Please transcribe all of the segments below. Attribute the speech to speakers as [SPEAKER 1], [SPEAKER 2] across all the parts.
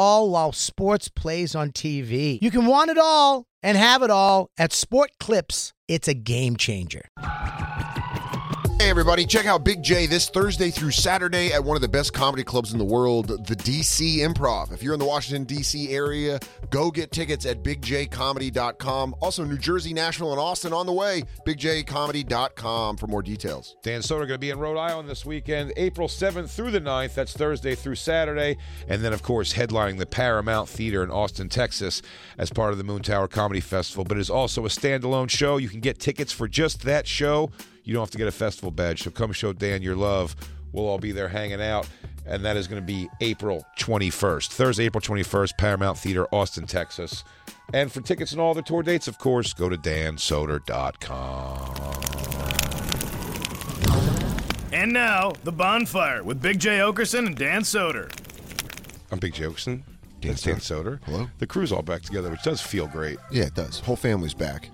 [SPEAKER 1] all while sports plays on TV. You can want it all and have it all at Sport Clips. It's a game changer.
[SPEAKER 2] Hey, everybody, check out Big J this Thursday through Saturday at one of the best comedy clubs in the world, the DC Improv. If you're in the Washington, D.C. area, go get tickets at bigjcomedy.com. Also, New Jersey, Nashville, and Austin on the way, bigjcomedy.com for more details.
[SPEAKER 3] Dan Soder going to be in Rhode Island this weekend, April 7th through the 9th. That's Thursday through Saturday. And then, of course, headlining the Paramount Theater in Austin, Texas as part of the Moon Tower Comedy Festival, but is also a standalone show. You can get tickets for just that show. You don't have to get a festival badge. So come show Dan your love. We'll all be there hanging out. And that is going to be April 21st. Thursday, April 21st, Paramount Theater, Austin, Texas. And for tickets and all the tour dates, of course, go to dansoder.com.
[SPEAKER 4] And now, The Bonfire with Big J. Okerson and Dan Soder.
[SPEAKER 3] I'm Big Jokeson. That's Dan Soder.
[SPEAKER 2] Hello.
[SPEAKER 3] The crew's all back together, which does feel great.
[SPEAKER 2] Yeah, it does. Whole family's back.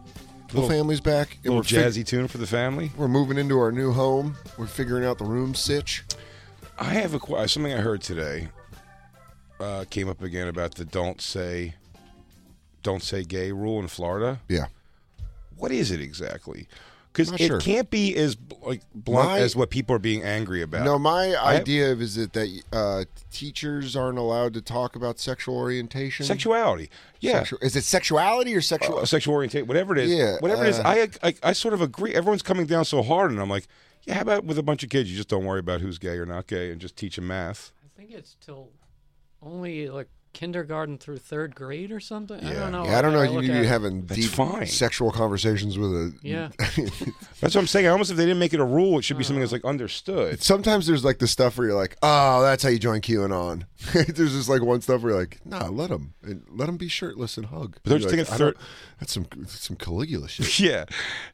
[SPEAKER 3] Little-
[SPEAKER 2] Whole family's back.
[SPEAKER 3] A little
[SPEAKER 2] we're fig-
[SPEAKER 3] jazzy tune for the family.
[SPEAKER 2] we're moving into our new home. We're figuring out the room sitch.
[SPEAKER 3] I have a que- something I heard today uh, came up again about the don't say don't say gay rule in Florida.
[SPEAKER 2] Yeah.
[SPEAKER 3] What is it exactly? Because
[SPEAKER 2] Not
[SPEAKER 3] it
[SPEAKER 2] sure.
[SPEAKER 3] can't be as bl- like blunt
[SPEAKER 2] My-
[SPEAKER 3] as what people are being angry about.
[SPEAKER 2] No, my
[SPEAKER 3] I-
[SPEAKER 2] idea of is it that uh, teachers aren't allowed to talk about sexual orientation.
[SPEAKER 3] sexuality. Yeah,
[SPEAKER 2] Sexual- is it sexuality or sexual?
[SPEAKER 3] Uh, sexual orientation, whatever it is.
[SPEAKER 2] Yeah,
[SPEAKER 3] whatever it is.
[SPEAKER 2] uh,
[SPEAKER 3] I, I I sort of agree. Everyone's coming down so hard, and I'm like, yeah. How about with a bunch of kids, you just don't worry about who's gay or not gay, and just teach them math.
[SPEAKER 5] I think it's till only like kindergarten through third grade or something. I
[SPEAKER 3] Yeah.
[SPEAKER 5] don't know.
[SPEAKER 2] Yeah, I don't know.
[SPEAKER 5] I
[SPEAKER 2] You
[SPEAKER 5] look
[SPEAKER 2] need to
[SPEAKER 5] at
[SPEAKER 2] be
[SPEAKER 5] it.
[SPEAKER 2] having
[SPEAKER 3] That's
[SPEAKER 2] deep
[SPEAKER 3] fine.
[SPEAKER 2] sexual conversations with a.
[SPEAKER 5] Yeah.
[SPEAKER 3] That's what I'm saying. I Almost if they didn't make it a rule, it should be something that's like understood.
[SPEAKER 2] Sometimes there's like the stuff where you're like, oh, that's how you join QAnon. there's just like one stuff where you're like, nah, let them let them be shirtless and hug.
[SPEAKER 3] But they're
[SPEAKER 2] You're
[SPEAKER 3] just
[SPEAKER 2] like,
[SPEAKER 3] thinking
[SPEAKER 2] "I don't-
[SPEAKER 3] third-
[SPEAKER 2] That's some that's some Caligula shit.
[SPEAKER 3] Yeah.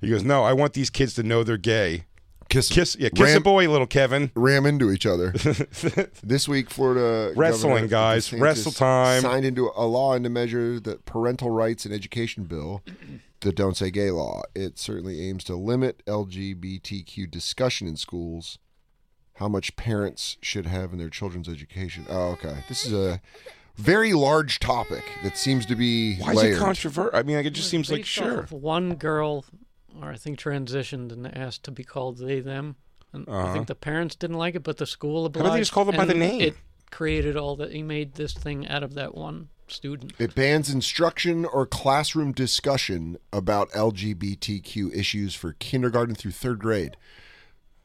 [SPEAKER 3] He goes, No, I want these kids to know they're gay.
[SPEAKER 2] Kiss 'em.
[SPEAKER 3] Kiss yeah, kiss a
[SPEAKER 2] Ram-
[SPEAKER 3] boy, little Kevin.
[SPEAKER 2] ram into each other. this week, Florida
[SPEAKER 3] Wrestling,
[SPEAKER 2] Governor
[SPEAKER 3] guys.
[SPEAKER 2] DeSantis
[SPEAKER 3] Wrestle time.
[SPEAKER 2] signed into a law into measure the parental rights and education bill, the Don't Say Gay law. It certainly aims to limit LGBTQ discussion in schools. How much parents should have in their children's education? Oh, okay. This is a very large topic that seems to be
[SPEAKER 3] Why
[SPEAKER 2] layered.
[SPEAKER 3] is it controversial? I mean, like, it just seems like
[SPEAKER 5] Based off
[SPEAKER 3] sure.
[SPEAKER 5] of One girl, or I think transitioned and asked to be called they them. And I
[SPEAKER 3] Uh-huh.
[SPEAKER 5] think the parents didn't like it, but the school
[SPEAKER 3] they
[SPEAKER 5] obliged.
[SPEAKER 3] just call them by the
[SPEAKER 5] and
[SPEAKER 3] name?
[SPEAKER 5] It created all that. He made this thing out of that one student.
[SPEAKER 2] It bans instruction or classroom discussion about LGBTQ issues for kindergarten through third grade.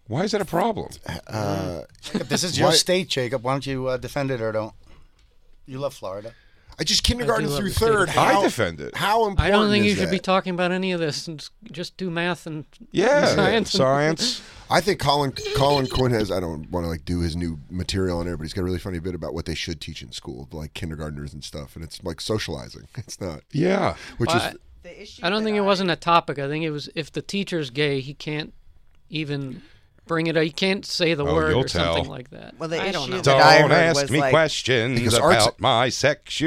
[SPEAKER 3] Why is that a problem?
[SPEAKER 2] Uh,
[SPEAKER 6] Jacob, this is your
[SPEAKER 2] Why-
[SPEAKER 6] state, Jacob. Why don't you uh, defend it or don't? You love Florida.
[SPEAKER 2] I just kindergarten
[SPEAKER 5] I do love
[SPEAKER 2] through
[SPEAKER 5] the state of
[SPEAKER 2] third.
[SPEAKER 3] Florida. I
[SPEAKER 2] How,
[SPEAKER 3] defend it.
[SPEAKER 2] How important?
[SPEAKER 5] I don't think
[SPEAKER 2] is
[SPEAKER 5] you should
[SPEAKER 2] that?
[SPEAKER 5] be talking about any of this. And s- just do math and
[SPEAKER 3] Yeah.
[SPEAKER 5] science. and-
[SPEAKER 3] Science.
[SPEAKER 2] I think Colin Colin Quinn has. I don't want to like do his new material on air, but he's got a really funny bit about what they should teach in school, like kindergartners and stuff. And it's like socializing. It's not,
[SPEAKER 3] yeah.
[SPEAKER 2] which
[SPEAKER 5] Well,
[SPEAKER 2] is
[SPEAKER 5] I don't think it wasn't a topic. I think it was if the teacher's gay, he can't even bring it. up. He can't say the
[SPEAKER 3] Oh,
[SPEAKER 5] word
[SPEAKER 3] you'll
[SPEAKER 5] or something
[SPEAKER 3] tell.
[SPEAKER 5] like that.
[SPEAKER 7] Well, the
[SPEAKER 5] I don't
[SPEAKER 7] issue
[SPEAKER 5] know.
[SPEAKER 7] that
[SPEAKER 3] Don't
[SPEAKER 7] I heard
[SPEAKER 3] ask
[SPEAKER 7] was
[SPEAKER 3] me
[SPEAKER 7] like-
[SPEAKER 3] questions
[SPEAKER 2] Because arts-
[SPEAKER 3] about my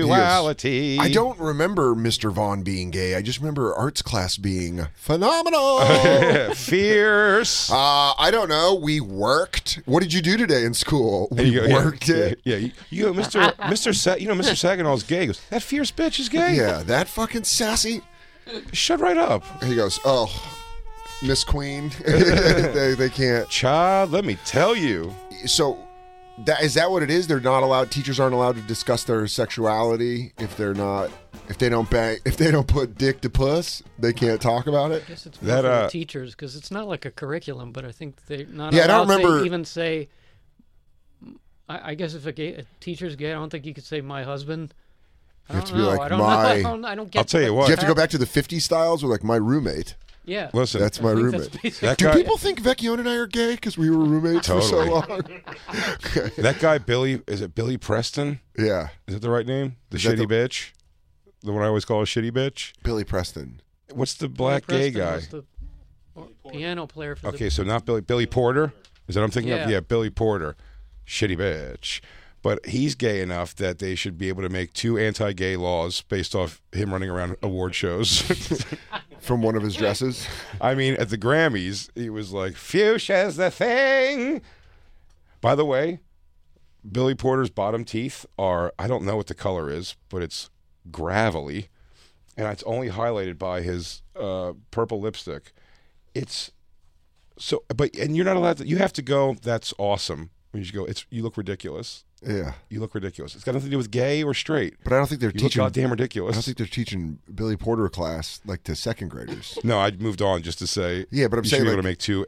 [SPEAKER 3] sexuality.
[SPEAKER 2] I don't remember Mr. Vaughn being gay. I just remember arts class being phenomenal. uh,
[SPEAKER 3] Fierce.
[SPEAKER 2] I don't know. We worked. What did you do today in school?
[SPEAKER 3] And
[SPEAKER 2] We
[SPEAKER 3] you go,
[SPEAKER 2] worked
[SPEAKER 3] yeah,
[SPEAKER 2] it.
[SPEAKER 3] Yeah, yeah. You go, Mr. Mr. Sa- you know, Mr. Saginaw's gay. He goes, that fierce bitch is gay.
[SPEAKER 2] Yeah, that fucking sassy.
[SPEAKER 3] Shut right up.
[SPEAKER 2] He goes, oh, Miss Queen. they, they can't.
[SPEAKER 3] Child, let me tell you.
[SPEAKER 2] so That is that what it is? They're not allowed. Teachers aren't allowed to discuss their sexuality if they're not if they don't bang if they don't put dick to puss. They can't talk about it.
[SPEAKER 5] I guess it's
[SPEAKER 3] That,
[SPEAKER 5] that, for
[SPEAKER 3] uh,
[SPEAKER 5] the teachers because it's not like a curriculum, but I think they're not
[SPEAKER 2] Yeah, I
[SPEAKER 5] allowed
[SPEAKER 2] don't remember-
[SPEAKER 5] to even say. I, I guess if a, gay, a teacher's gay, I don't think you could say my husband. I
[SPEAKER 2] You have
[SPEAKER 5] don't
[SPEAKER 2] to be
[SPEAKER 5] know.
[SPEAKER 2] like,
[SPEAKER 5] I don't know.
[SPEAKER 2] "My-"
[SPEAKER 5] I don't, I don't get.
[SPEAKER 3] I'll tell you what.
[SPEAKER 2] Do you have to go back to the 50 styles with like my roommate?
[SPEAKER 5] Yeah.
[SPEAKER 3] Listen,
[SPEAKER 2] That's my
[SPEAKER 5] I think
[SPEAKER 2] roommate.
[SPEAKER 5] that's basically-
[SPEAKER 3] that
[SPEAKER 2] Do
[SPEAKER 3] guy.
[SPEAKER 2] people think Vecchione and I are gay because we were roommates
[SPEAKER 3] Totally.
[SPEAKER 2] for so long?
[SPEAKER 3] that guy Billy is it Billy Preston?
[SPEAKER 2] yeah,
[SPEAKER 3] Is that the right name? The
[SPEAKER 2] Is that
[SPEAKER 3] shitty
[SPEAKER 2] the-
[SPEAKER 3] bitch, the one I always call a shitty bitch.
[SPEAKER 2] Billy Preston.
[SPEAKER 3] What's the
[SPEAKER 5] Billy
[SPEAKER 3] black gay
[SPEAKER 5] Preston
[SPEAKER 3] guy?
[SPEAKER 5] was the or- piano player for
[SPEAKER 3] Okay, so not Billy Billy Porter. Is that what I'm thinking of?
[SPEAKER 5] Yeah.
[SPEAKER 3] Yeah, Billy Porter, shitty bitch. But he's gay enough that they should be able to make two anti-gay laws based off him running around award shows.
[SPEAKER 2] From one of his dresses.
[SPEAKER 3] I mean, at the Grammys, he was like, "Fuchsia's the thing." By the way, Billy Porter's bottom teeth are—I don't know what the color is, but it's gravelly, and it's only highlighted by his uh, purple lipstick. It's so, but and you're not allowed to. You have to go. That's awesome. When you go, it's you look ridiculous.
[SPEAKER 2] Yeah,
[SPEAKER 3] You look ridiculous. It's got nothing to do with gay or straight.
[SPEAKER 2] but I don't think they're
[SPEAKER 3] You look
[SPEAKER 2] teaching.
[SPEAKER 3] goddamn
[SPEAKER 2] I don't
[SPEAKER 3] ridiculous.
[SPEAKER 2] think they're teaching Billy Porter a class like to second graders.
[SPEAKER 3] No, I moved on just to say.
[SPEAKER 2] Yeah, but I'm
[SPEAKER 3] you
[SPEAKER 2] saying,
[SPEAKER 3] should be able
[SPEAKER 2] like-
[SPEAKER 3] to make two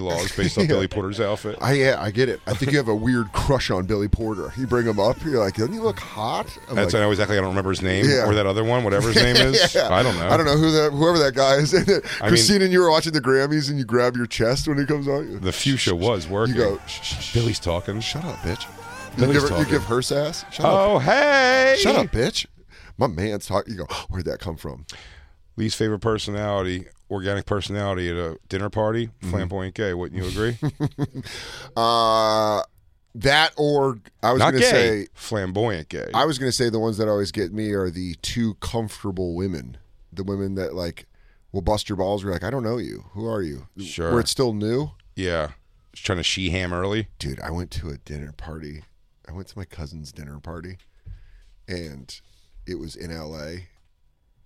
[SPEAKER 3] laws based on Billy Porter's outfit.
[SPEAKER 2] I yeah, I get it. I think you have a weird crush on Billy Porter. You bring him up, you're like, doesn't he look hot? I'm
[SPEAKER 3] That's
[SPEAKER 2] like,
[SPEAKER 3] I always act like I don't remember his name
[SPEAKER 2] Yeah.
[SPEAKER 3] or that other one, whatever his name is.
[SPEAKER 2] yeah.
[SPEAKER 3] I don't know.
[SPEAKER 2] I don't know who that whoever that guy is. Christine
[SPEAKER 3] mean-
[SPEAKER 2] and you were watching the Grammys and you grab your chest when he comes on. You-
[SPEAKER 3] The fuchsia was working.
[SPEAKER 2] You go, "Shh, shh, shh,
[SPEAKER 3] Billy's talking.
[SPEAKER 2] shut up, bitch. You
[SPEAKER 3] Billy's
[SPEAKER 2] give, her, you
[SPEAKER 3] talking.
[SPEAKER 2] give her sass. Shut up.
[SPEAKER 3] Oh hey!
[SPEAKER 2] Shut up, bitch. My man's talking. You go, where'd that come from?
[SPEAKER 3] Least favorite personality, organic personality at a dinner party,
[SPEAKER 2] Mm-hmm.
[SPEAKER 3] flamboyant gay. Wouldn't you agree?
[SPEAKER 2] Uh, that or I was
[SPEAKER 3] Not
[SPEAKER 2] going to
[SPEAKER 3] gay,
[SPEAKER 2] say,
[SPEAKER 3] flamboyant gay.
[SPEAKER 2] I was going to say the ones that always get me are the too comfortable women, the women that like will bust your balls. You're like, I don't know you. Who are you?
[SPEAKER 3] Sure.
[SPEAKER 2] Where it's still new.
[SPEAKER 3] yeah, just trying to she ham early.
[SPEAKER 2] dude, I went to a dinner party. I went to my cousin's dinner party, and it was in L.A.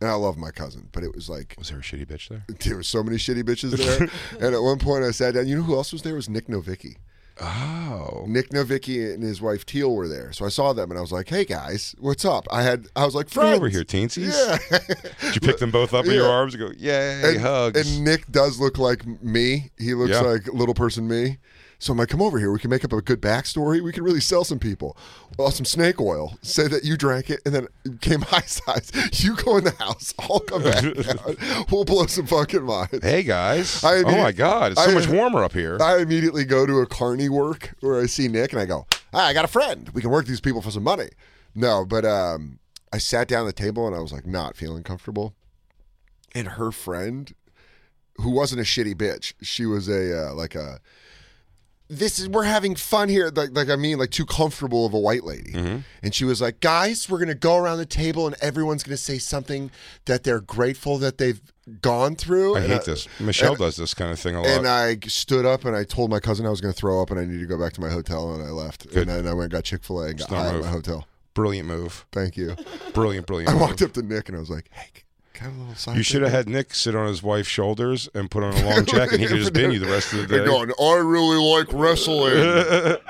[SPEAKER 2] And I love my cousin, but it was like
[SPEAKER 3] Was there a shitty bitch there?
[SPEAKER 2] there were so many shitty bitches there. and at one point, I sat down. You know who else was there? It was Nick Novicki.
[SPEAKER 3] Oh,
[SPEAKER 2] Nick Novicki and his wife Teal were there, so I saw them, and I was like, "Hey guys, what's up?" I had I was like, "Friends
[SPEAKER 3] over here, teensies.
[SPEAKER 2] Yeah,
[SPEAKER 3] Did you pick them both up in your
[SPEAKER 2] Yeah.
[SPEAKER 3] arms and go, "Yay,
[SPEAKER 2] and,
[SPEAKER 3] hugs"?
[SPEAKER 2] and Nick does look like me. He looks
[SPEAKER 3] Yeah.
[SPEAKER 2] like little person me. So I'm like, come over here. We can make up a good backstory. We can really sell some people. Well, some snake oil. Say that you drank it and then it came high size. You go in the house. I'll come back. out. We'll blow some fucking minds.
[SPEAKER 3] hey guys!
[SPEAKER 2] I
[SPEAKER 3] oh
[SPEAKER 2] immediate-
[SPEAKER 3] my God, it's so
[SPEAKER 2] I-
[SPEAKER 3] much warmer up here.
[SPEAKER 2] I immediately go to a carny work where I see Nick and I go, ah, I got a friend. We can work these people for some money. No, but um, I sat down at the table and I was like not feeling comfortable. And her friend, who wasn't a shitty bitch, she was a uh, like a this is we're having fun here like like i mean like too comfortable of a white lady
[SPEAKER 3] Mm-hmm.
[SPEAKER 2] and she was like guys we're gonna go around the table and everyone's gonna say something that they're grateful that they've gone through
[SPEAKER 3] I
[SPEAKER 2] uh, And
[SPEAKER 3] hate this. Michelle does this kind of thing a lot.
[SPEAKER 2] and uh, I stood up and I told my cousin I was going to throw up and I needed to go back to my hotel and I left.
[SPEAKER 3] Good.
[SPEAKER 2] And then I went and got Chick fil A and got
[SPEAKER 3] Smart
[SPEAKER 2] high at
[SPEAKER 3] move.
[SPEAKER 2] my hotel.
[SPEAKER 3] brilliant move.
[SPEAKER 2] Thank you.
[SPEAKER 3] Brilliant, brilliant.
[SPEAKER 2] I
[SPEAKER 3] move.
[SPEAKER 2] walked up to Nick and I was like, hey, can I have a little side?
[SPEAKER 3] You should have had Nick sit on his wife's shoulders and put on a long jacket, and he could just been you the rest of the
[SPEAKER 2] They're
[SPEAKER 3] day.
[SPEAKER 2] going, I really like wrestling.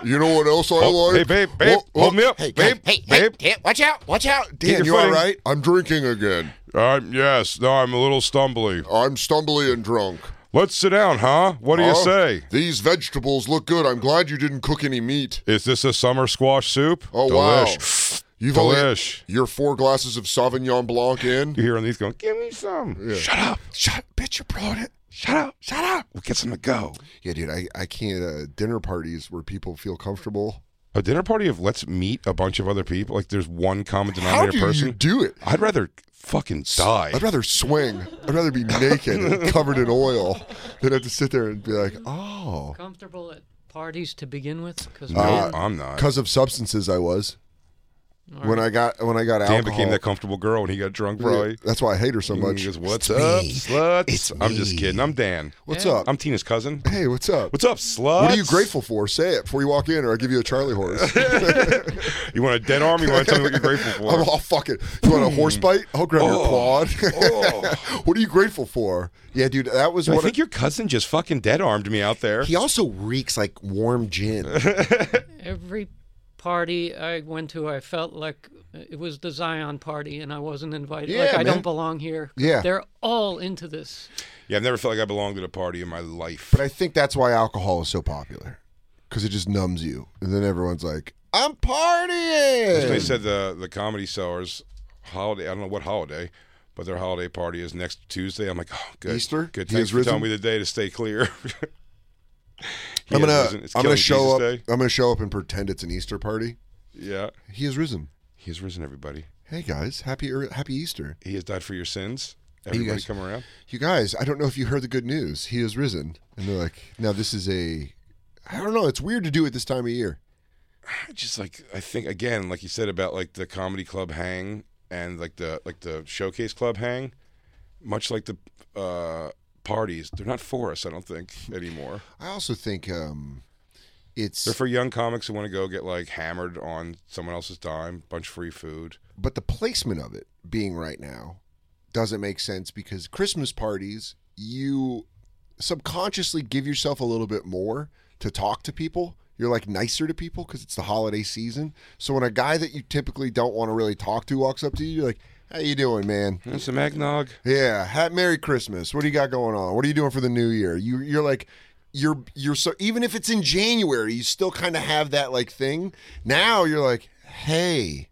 [SPEAKER 2] you know what else I
[SPEAKER 3] Oh,
[SPEAKER 2] like?
[SPEAKER 3] hey, babe, babe,
[SPEAKER 2] Whoa, whoa.
[SPEAKER 3] hold me up,
[SPEAKER 2] Hey,
[SPEAKER 3] babe,
[SPEAKER 2] hey,
[SPEAKER 3] babe.
[SPEAKER 8] watch out! Watch out!
[SPEAKER 2] Dan,
[SPEAKER 3] your
[SPEAKER 2] you all
[SPEAKER 3] footing.
[SPEAKER 2] right? I'm drinking again.
[SPEAKER 3] Um, yes, no, I'm a little stumbly.
[SPEAKER 2] I'm stumbly and drunk.
[SPEAKER 3] Let's sit down, huh? What do you
[SPEAKER 2] Huh?
[SPEAKER 3] say?
[SPEAKER 2] These vegetables look good. I'm glad you didn't cook any meat.
[SPEAKER 3] Is this a summer squash soup?
[SPEAKER 2] Oh,
[SPEAKER 3] Delish.
[SPEAKER 2] wow. You've
[SPEAKER 3] Delish.
[SPEAKER 2] only you're four glasses of Sauvignon Blanc in.
[SPEAKER 3] You hear on these going, give me some. Shut up.
[SPEAKER 2] Shut, bitch! You brought it.
[SPEAKER 3] Shut up. Shut up. We'll get some to go.
[SPEAKER 2] Yeah, dude, I, I can't uh, dinner parties where people feel comfortable.
[SPEAKER 3] A dinner party of let's meet a bunch of other people. Like there's one common
[SPEAKER 2] How
[SPEAKER 3] denominator
[SPEAKER 2] do
[SPEAKER 3] person.
[SPEAKER 2] you do it?
[SPEAKER 3] I'd rather fucking die.
[SPEAKER 2] I'd rather swing. I'd rather be naked and covered in oil than have to sit there and be like, oh,
[SPEAKER 5] comfortable at parties to begin with because
[SPEAKER 3] no, I'm not.
[SPEAKER 2] because of substances I was. When I got when I got
[SPEAKER 3] Dan
[SPEAKER 2] alcohol,
[SPEAKER 3] became that comfortable girl when he got drunk,
[SPEAKER 2] Yeah,
[SPEAKER 3] probably.
[SPEAKER 2] that's why I hate her so
[SPEAKER 3] He
[SPEAKER 2] much.
[SPEAKER 3] goes, what's
[SPEAKER 9] It's
[SPEAKER 3] up,
[SPEAKER 9] me.
[SPEAKER 3] sluts?
[SPEAKER 9] It's
[SPEAKER 3] I'm just
[SPEAKER 9] me.
[SPEAKER 3] kidding. I'm Dan.
[SPEAKER 2] What's
[SPEAKER 5] Yeah.
[SPEAKER 2] up?
[SPEAKER 3] I'm Tina's cousin.
[SPEAKER 2] hey, what's up?
[SPEAKER 3] What's up, sluts?
[SPEAKER 2] What are you grateful for? Say it before you walk in, or I'll give you a Charlie horse.
[SPEAKER 3] You want a dead arm? You want to tell me what you're grateful for?
[SPEAKER 2] I'm all fuck it. You want a horse bite? I'll grab your
[SPEAKER 3] Hmm. Oh.
[SPEAKER 2] quad.
[SPEAKER 3] Oh.
[SPEAKER 2] what are you grateful for? Yeah, dude, that was
[SPEAKER 3] I
[SPEAKER 2] what.
[SPEAKER 3] think your cousin just fucking dead armed me out there.
[SPEAKER 2] he also reeks like warm gin.
[SPEAKER 5] Every party I went to, I felt like it was the Zion party, and I wasn't invited.
[SPEAKER 2] Yeah,
[SPEAKER 5] like I
[SPEAKER 2] man.
[SPEAKER 5] don't belong here.
[SPEAKER 2] Yeah.
[SPEAKER 5] they're all into this.
[SPEAKER 3] Yeah, I've never felt like I belonged at a party in my life.
[SPEAKER 2] but I think that's why alcohol is so popular because it just numbs you, and then everyone's like, "I'm
[SPEAKER 3] That's what they
[SPEAKER 2] partying."
[SPEAKER 3] said the the comedy sellers holiday. I don't know what holiday, but their holiday party is next Tuesday. I'm like, oh, good.
[SPEAKER 2] Easter?
[SPEAKER 3] Good.
[SPEAKER 2] He has
[SPEAKER 3] Thanks for telling
[SPEAKER 2] risen?
[SPEAKER 3] me the day to stay clear. He
[SPEAKER 2] I'm
[SPEAKER 3] has
[SPEAKER 2] gonna
[SPEAKER 3] risen. It's
[SPEAKER 2] I'm gonna
[SPEAKER 3] Killing Jesus
[SPEAKER 2] show up.
[SPEAKER 3] Day.
[SPEAKER 2] I'm gonna show up and pretend it's an Easter party.
[SPEAKER 3] Yeah,
[SPEAKER 2] He has risen.
[SPEAKER 3] he has risen. Everybody,
[SPEAKER 2] Hey guys, happy er, happy Easter.
[SPEAKER 3] he has died for your sins.
[SPEAKER 2] you
[SPEAKER 3] Everybody,
[SPEAKER 2] guys-
[SPEAKER 3] come around.
[SPEAKER 2] You guys, I don't know if you heard the good news. He has risen, and they're like, "Now this is a." I don't know. It's weird to do it this time of year.
[SPEAKER 3] I just like I think again, like you said about like the comedy club hang and like the like the showcase club hang, much like the uh, parties, they're not for us. I don't think anymore.
[SPEAKER 2] I also think um, it's
[SPEAKER 3] They're for young comics who want to go get like hammered on someone else's dime, bunch of free food.
[SPEAKER 2] but the placement of it being right now doesn't make sense because Christmas parties you subconsciously give yourself a little bit more to talk to people. You're like nicer to people because it's the holiday season. So when a guy that you typically don't want to really talk to walks up to you, you're like, "How you doing, man?"
[SPEAKER 3] And some eggnog.
[SPEAKER 2] Yeah, ha- Merry Christmas. What do you got going on? What are you doing for the New Year? You you're like you're you're so even if it's in January, you still kind of have that like thing. Now you're like, "Hey,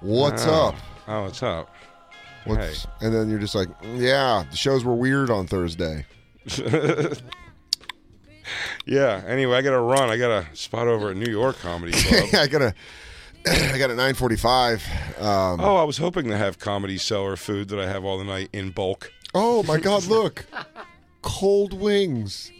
[SPEAKER 2] what's up?"
[SPEAKER 3] Oh, what's up?
[SPEAKER 2] What's, And then you're just like, "Yeah, the shows were weird on Thursday."
[SPEAKER 3] Yeah. Anyway, I got to run. I got a spot over at New York Comedy Club.
[SPEAKER 2] I got a I got a 9:45. Um,
[SPEAKER 3] oh, I was hoping to have comedy cellar food that I have all the night in bulk.
[SPEAKER 2] oh my god, look. Cold wings.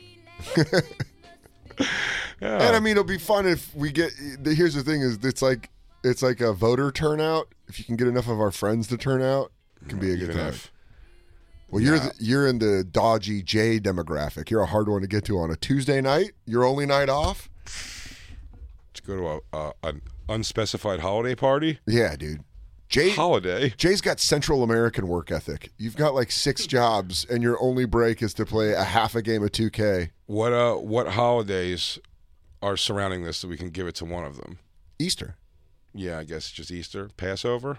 [SPEAKER 3] Yeah.
[SPEAKER 2] And I mean, it'll be fun if we get. the- Here's the thing: is it's like it's like a voter turnout. If you can get enough of our friends to turn out, it can be a good
[SPEAKER 3] Mm, Even
[SPEAKER 2] time.
[SPEAKER 3] if-
[SPEAKER 2] Well, you're the, you're in the dodgy J demographic. You're a hard one to get to on a Tuesday night. Your only night off.
[SPEAKER 3] to go to a, a an unspecified holiday party.
[SPEAKER 2] Yeah, dude. J
[SPEAKER 3] Holiday.
[SPEAKER 2] Jay's got Central American work ethic. You've got like six jobs, and your only break is to play a half a game of 2K.
[SPEAKER 3] What uh? What holidays are surrounding this that we can give it to one of them?
[SPEAKER 2] Easter.
[SPEAKER 3] Yeah, I guess just Easter, Passover.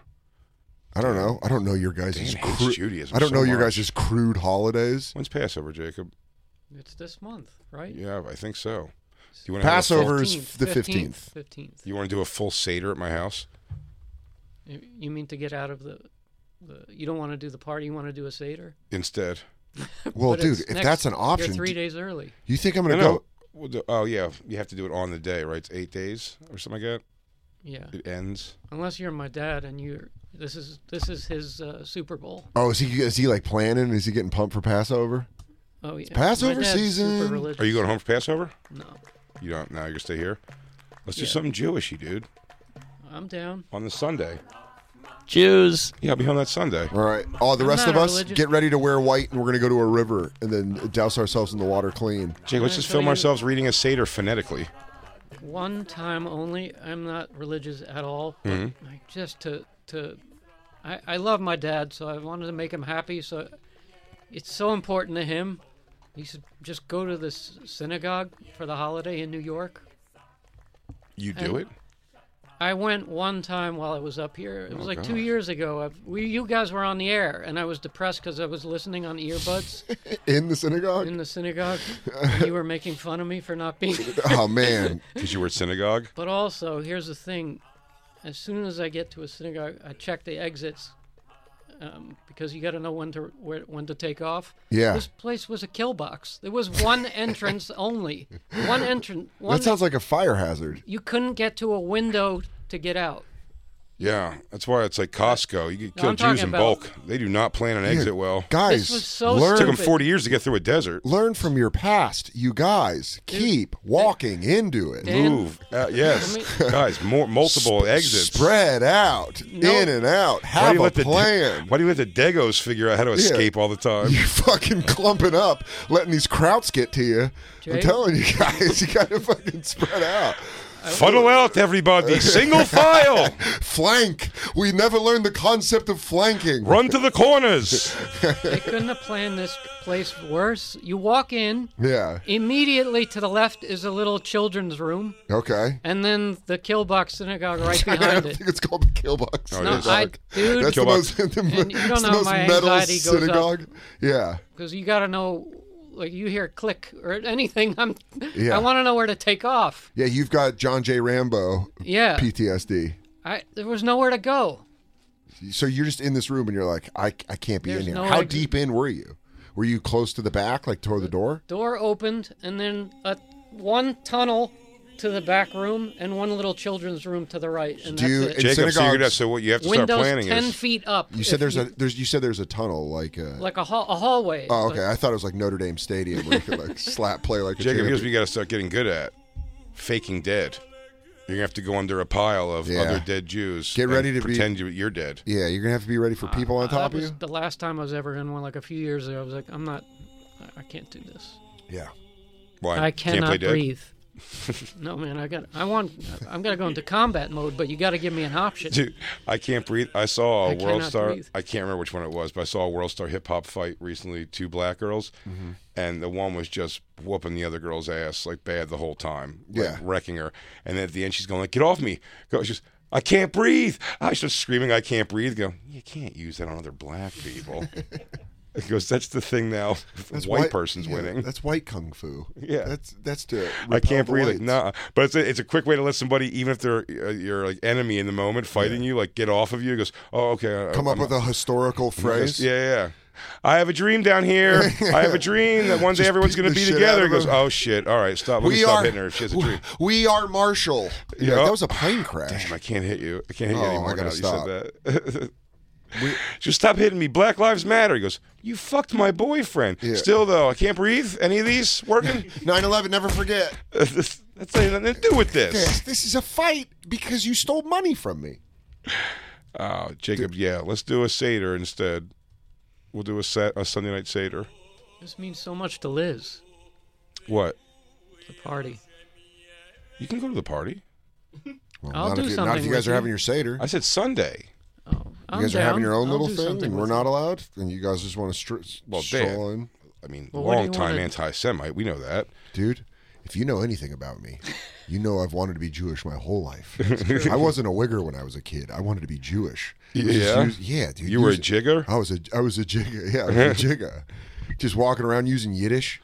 [SPEAKER 2] I don't know. I don't know your guys'
[SPEAKER 3] Dan hates Judaism
[SPEAKER 2] I don't
[SPEAKER 3] so
[SPEAKER 2] know your
[SPEAKER 3] much.
[SPEAKER 2] guys' crude holidays.
[SPEAKER 3] When's Passover, Jacob?
[SPEAKER 5] It's this month, right?
[SPEAKER 3] Yeah, I think so. Do you want
[SPEAKER 2] Passover is the 15th.
[SPEAKER 5] Fifteenth.
[SPEAKER 3] You want to do a full seder at my house?
[SPEAKER 5] You mean to get out of the, the? You don't want to do the party. You want to do a seder.
[SPEAKER 3] Instead.
[SPEAKER 2] Well,
[SPEAKER 5] But
[SPEAKER 2] dude,
[SPEAKER 5] it's
[SPEAKER 2] if
[SPEAKER 5] next-
[SPEAKER 2] that's an option,
[SPEAKER 5] You're three
[SPEAKER 2] d-
[SPEAKER 5] days early.
[SPEAKER 2] you think I'm
[SPEAKER 3] No,
[SPEAKER 2] going to
[SPEAKER 3] no.
[SPEAKER 2] go?
[SPEAKER 3] We'll do, oh, yeah. You have to do it on the day, right? It's eight days or something like
[SPEAKER 5] Yeah.
[SPEAKER 3] that. It ends.
[SPEAKER 5] Unless you're my dad and you're. This is this is his uh, Super Bowl.
[SPEAKER 2] Oh, is he is he like planning? Is he getting pumped for Passover?
[SPEAKER 5] Oh yeah.
[SPEAKER 2] Passover
[SPEAKER 5] my dad's
[SPEAKER 2] season.
[SPEAKER 5] Super religious.
[SPEAKER 3] Are you going home for Passover?
[SPEAKER 5] No,
[SPEAKER 3] You don't. Now you're going to stay here? Let's do
[SPEAKER 5] Yeah.
[SPEAKER 3] something Jewishy, dude,
[SPEAKER 5] I'm down.
[SPEAKER 3] on the Sunday.
[SPEAKER 10] Jews.
[SPEAKER 3] Yeah, I'll be home that Sunday.
[SPEAKER 2] All right. All the
[SPEAKER 5] I'm
[SPEAKER 2] rest
[SPEAKER 5] not
[SPEAKER 2] of
[SPEAKER 5] a
[SPEAKER 2] us
[SPEAKER 5] religious-
[SPEAKER 2] get ready to wear white, and we're going to go to a river and then douse ourselves in the water clean.
[SPEAKER 3] Jake, let's just
[SPEAKER 5] Can I tell
[SPEAKER 3] film
[SPEAKER 5] you-
[SPEAKER 3] ourselves reading a Seder phonetically.
[SPEAKER 5] One time only. I'm not religious at all. But like, just to to, I, I love my dad, so I wanted to make him happy. So, it's so important to him. He should just go to this synagogue for the holiday in New York.
[SPEAKER 3] You do
[SPEAKER 5] And-
[SPEAKER 3] it?
[SPEAKER 5] I went one time while I was up here. It was like two
[SPEAKER 3] God.
[SPEAKER 5] years ago. I, we, you guys were on the air, and I was depressed because I was listening on earbuds
[SPEAKER 2] In the synagogue?
[SPEAKER 5] in the synagogue. you were making fun of me for not being.
[SPEAKER 2] oh, man.
[SPEAKER 3] Because you were at synagogue?
[SPEAKER 5] But also, here's the thing: as soon as I get to a synagogue, I check the exits um, because you got to know when to where, when to take off.
[SPEAKER 2] Yeah.
[SPEAKER 5] This place was a kill box. There was one entrance only. One entrance. One.
[SPEAKER 2] That sounds like a fire hazard.
[SPEAKER 5] you couldn't get to a window to get out.
[SPEAKER 3] Yeah, that's why it's like Costco. You can
[SPEAKER 5] No,
[SPEAKER 3] kill
[SPEAKER 5] I'm talking
[SPEAKER 3] Jews in
[SPEAKER 5] about-
[SPEAKER 3] bulk. They do not plan an exit well.
[SPEAKER 2] Guys,
[SPEAKER 5] This was so
[SPEAKER 2] learn,
[SPEAKER 3] It took them
[SPEAKER 5] stupid.
[SPEAKER 3] 40 years to get through a desert.
[SPEAKER 2] learn from your past. You guys keep walking into it.
[SPEAKER 5] Dan,
[SPEAKER 3] Move. Uh, yes.
[SPEAKER 5] Let
[SPEAKER 3] Guys, more, multiple exits.
[SPEAKER 2] Spread out,
[SPEAKER 5] No.
[SPEAKER 2] in and out.
[SPEAKER 3] Why do
[SPEAKER 2] Have
[SPEAKER 3] you
[SPEAKER 2] a
[SPEAKER 3] let the
[SPEAKER 2] plan.
[SPEAKER 3] Why do you let the Dagos figure out how to escape all the time?
[SPEAKER 2] You're fucking clumping up, letting these krauts get to you. I'm
[SPEAKER 5] Jay?
[SPEAKER 2] telling you guys, you gotta fucking spread out.
[SPEAKER 3] Funnel out everybody. Single file.
[SPEAKER 2] Flank. We never learned the concept of flanking.
[SPEAKER 3] Run to the corners.
[SPEAKER 5] They couldn't have planned this place worse. You walk in,
[SPEAKER 2] Yeah.
[SPEAKER 5] immediately to the left is a little children's room,
[SPEAKER 2] Okay.
[SPEAKER 5] and then the Killbox synagogue right
[SPEAKER 2] I
[SPEAKER 5] behind
[SPEAKER 2] don't
[SPEAKER 5] it.
[SPEAKER 2] think it's called the kill box.
[SPEAKER 3] it
[SPEAKER 5] No,
[SPEAKER 3] is.
[SPEAKER 5] I, dude,
[SPEAKER 2] That's the most, the,
[SPEAKER 5] And you
[SPEAKER 2] it's
[SPEAKER 5] don't
[SPEAKER 2] the
[SPEAKER 5] know
[SPEAKER 2] most
[SPEAKER 5] my
[SPEAKER 2] metal
[SPEAKER 5] anxiety goes up.
[SPEAKER 2] synagogue. Yeah.
[SPEAKER 5] because you got to know like you hear click or anything i'm
[SPEAKER 2] Yeah.
[SPEAKER 5] i want to know where to take off
[SPEAKER 2] Yeah, you've got John J. Rambo
[SPEAKER 5] yeah
[SPEAKER 2] PTSD.
[SPEAKER 5] i there was nowhere to go
[SPEAKER 2] So you're just in this room and you're like, I, I can't be
[SPEAKER 5] There's
[SPEAKER 2] in here.
[SPEAKER 5] no
[SPEAKER 2] How
[SPEAKER 5] exit.
[SPEAKER 2] deep in were you? Were you close to the back, like toward the
[SPEAKER 5] Uh,
[SPEAKER 2] door?
[SPEAKER 5] door opened and then a one tunnel to the back room and one little children's room to the right and
[SPEAKER 2] Do you-
[SPEAKER 5] that's it
[SPEAKER 2] In
[SPEAKER 3] Jacob, so you're gonna,
[SPEAKER 2] synagogues-
[SPEAKER 3] so what you have to start
[SPEAKER 5] windows
[SPEAKER 3] planning
[SPEAKER 5] 10
[SPEAKER 3] is
[SPEAKER 5] feet up
[SPEAKER 2] You
[SPEAKER 5] if
[SPEAKER 2] said there's a there's you said there's a tunnel like a
[SPEAKER 5] like a, hall, a hallway
[SPEAKER 2] Oh,
[SPEAKER 5] Like,
[SPEAKER 2] okay. I thought it was like Notre Dame Stadium where you could like slap play like a
[SPEAKER 3] Jacob. Here's
[SPEAKER 2] champion.
[SPEAKER 3] what you got to start getting good at: faking dead. You're gonna have to go under a pile of
[SPEAKER 2] Yeah.
[SPEAKER 3] other dead Jews.
[SPEAKER 2] Get
[SPEAKER 3] and
[SPEAKER 2] ready to be-
[SPEAKER 3] pretend you- you're dead.
[SPEAKER 2] Yeah, you're gonna have to be ready for people on top
[SPEAKER 5] that
[SPEAKER 2] of
[SPEAKER 5] Uh, was
[SPEAKER 2] you.
[SPEAKER 5] the last time i was ever in one like a few years ago i was like i'm not I- i can't do this
[SPEAKER 2] Yeah.
[SPEAKER 3] Why?
[SPEAKER 5] I
[SPEAKER 3] Can't play
[SPEAKER 5] cannot
[SPEAKER 3] dead?
[SPEAKER 5] breathe. no man, I got. I want. I'm gonna go into combat mode, but you got to give me an option.
[SPEAKER 3] Dude, I can't breathe. I saw a
[SPEAKER 5] I
[SPEAKER 3] world
[SPEAKER 5] cannot
[SPEAKER 3] star.
[SPEAKER 5] breathe.
[SPEAKER 3] I can't remember which one it was, but I saw a world star hip hop fight recently. Two black girls,
[SPEAKER 2] Mm-hmm.
[SPEAKER 3] and the one was just whooping the other girl's ass like bad the whole time, like,
[SPEAKER 2] Yeah.
[SPEAKER 3] wrecking her. And at the end, she's going like, "Get off me!" Go, she's I can't breathe. I was just screaming, "I can't breathe!" Go, you can't use that on other black people. He goes, that's the thing now. white, person's
[SPEAKER 2] yeah,
[SPEAKER 3] winning.
[SPEAKER 2] That's white kung fu.
[SPEAKER 3] Yeah.
[SPEAKER 2] That's that's to
[SPEAKER 3] I
[SPEAKER 2] repel
[SPEAKER 3] can't
[SPEAKER 2] the
[SPEAKER 3] breathe. Like,
[SPEAKER 2] whites.
[SPEAKER 3] nah. But it's a, it's a quick way to let somebody, even if they're uh, your like enemy in the moment, fighting you, like get off of you. It goes, oh okay. I-
[SPEAKER 2] Come up
[SPEAKER 3] I'm-
[SPEAKER 2] with a historical
[SPEAKER 3] I'm just-
[SPEAKER 2] phrase.
[SPEAKER 3] Yeah, yeah. I have a dream down here. I have a dream that one day
[SPEAKER 2] Just
[SPEAKER 3] everyone's
[SPEAKER 2] beat
[SPEAKER 3] going
[SPEAKER 2] the
[SPEAKER 3] to be
[SPEAKER 2] shit
[SPEAKER 3] together.
[SPEAKER 2] out
[SPEAKER 3] It
[SPEAKER 2] of
[SPEAKER 3] goes,
[SPEAKER 2] her.
[SPEAKER 3] oh shit. All right, stop. Let me
[SPEAKER 2] We
[SPEAKER 3] stop
[SPEAKER 2] are
[SPEAKER 3] hitting her if she has a dream.
[SPEAKER 2] We are Marshall. Yeah.
[SPEAKER 3] Yeah.
[SPEAKER 2] that was a plane crash.
[SPEAKER 3] Damn, I can't hit you. I can't hit
[SPEAKER 2] Oh,
[SPEAKER 3] you
[SPEAKER 2] I
[SPEAKER 3] anymore.
[SPEAKER 2] gotta
[SPEAKER 3] now that
[SPEAKER 2] stop.
[SPEAKER 3] You said that. Just stop hitting me. Black Lives Matter. He goes, you fucked my boyfriend.
[SPEAKER 2] Yeah.
[SPEAKER 3] Still though, I can't breathe. Any of these working?
[SPEAKER 2] 9-11, never forget.
[SPEAKER 3] That's that's ain't nothing to do with
[SPEAKER 2] This,
[SPEAKER 3] this.
[SPEAKER 2] this is a fight because you stole money from me.
[SPEAKER 3] Oh, Jacob, yeah, let's do a Seder instead. We'll do a, set, a Sunday night Seder.
[SPEAKER 5] This means so much to Liz.
[SPEAKER 3] What?
[SPEAKER 5] The party.
[SPEAKER 3] You can go to the party.
[SPEAKER 2] Well,
[SPEAKER 5] I'll
[SPEAKER 2] not
[SPEAKER 5] do
[SPEAKER 2] if you, Not if
[SPEAKER 5] something
[SPEAKER 2] you guys
[SPEAKER 5] with
[SPEAKER 2] are
[SPEAKER 5] you.
[SPEAKER 2] having your Seder.
[SPEAKER 3] I said Sunday.
[SPEAKER 5] Oh, I'm
[SPEAKER 2] you guys are
[SPEAKER 5] down.
[SPEAKER 2] having your own
[SPEAKER 5] I'll
[SPEAKER 2] little
[SPEAKER 5] do
[SPEAKER 2] thing,
[SPEAKER 5] something
[SPEAKER 2] and we're
[SPEAKER 5] with
[SPEAKER 2] not
[SPEAKER 5] it.
[SPEAKER 2] allowed, and you guys just want to str-
[SPEAKER 3] Well,
[SPEAKER 2] stroll in.
[SPEAKER 3] I mean,
[SPEAKER 5] Well, what do you
[SPEAKER 3] long time
[SPEAKER 5] wanna-
[SPEAKER 3] anti Semite. We know that.
[SPEAKER 2] Dude, if you know anything about me, you know I've wanted to be Jewish my whole life. I wasn't a wigger when I was a kid. I wanted to be Jewish. It was just
[SPEAKER 3] Yeah?
[SPEAKER 2] use- yeah, dude.
[SPEAKER 3] You were a
[SPEAKER 2] use-
[SPEAKER 3] jigger?
[SPEAKER 2] I was a I was a jigger. Yeah, I was a jigger. Just walking around using Yiddish.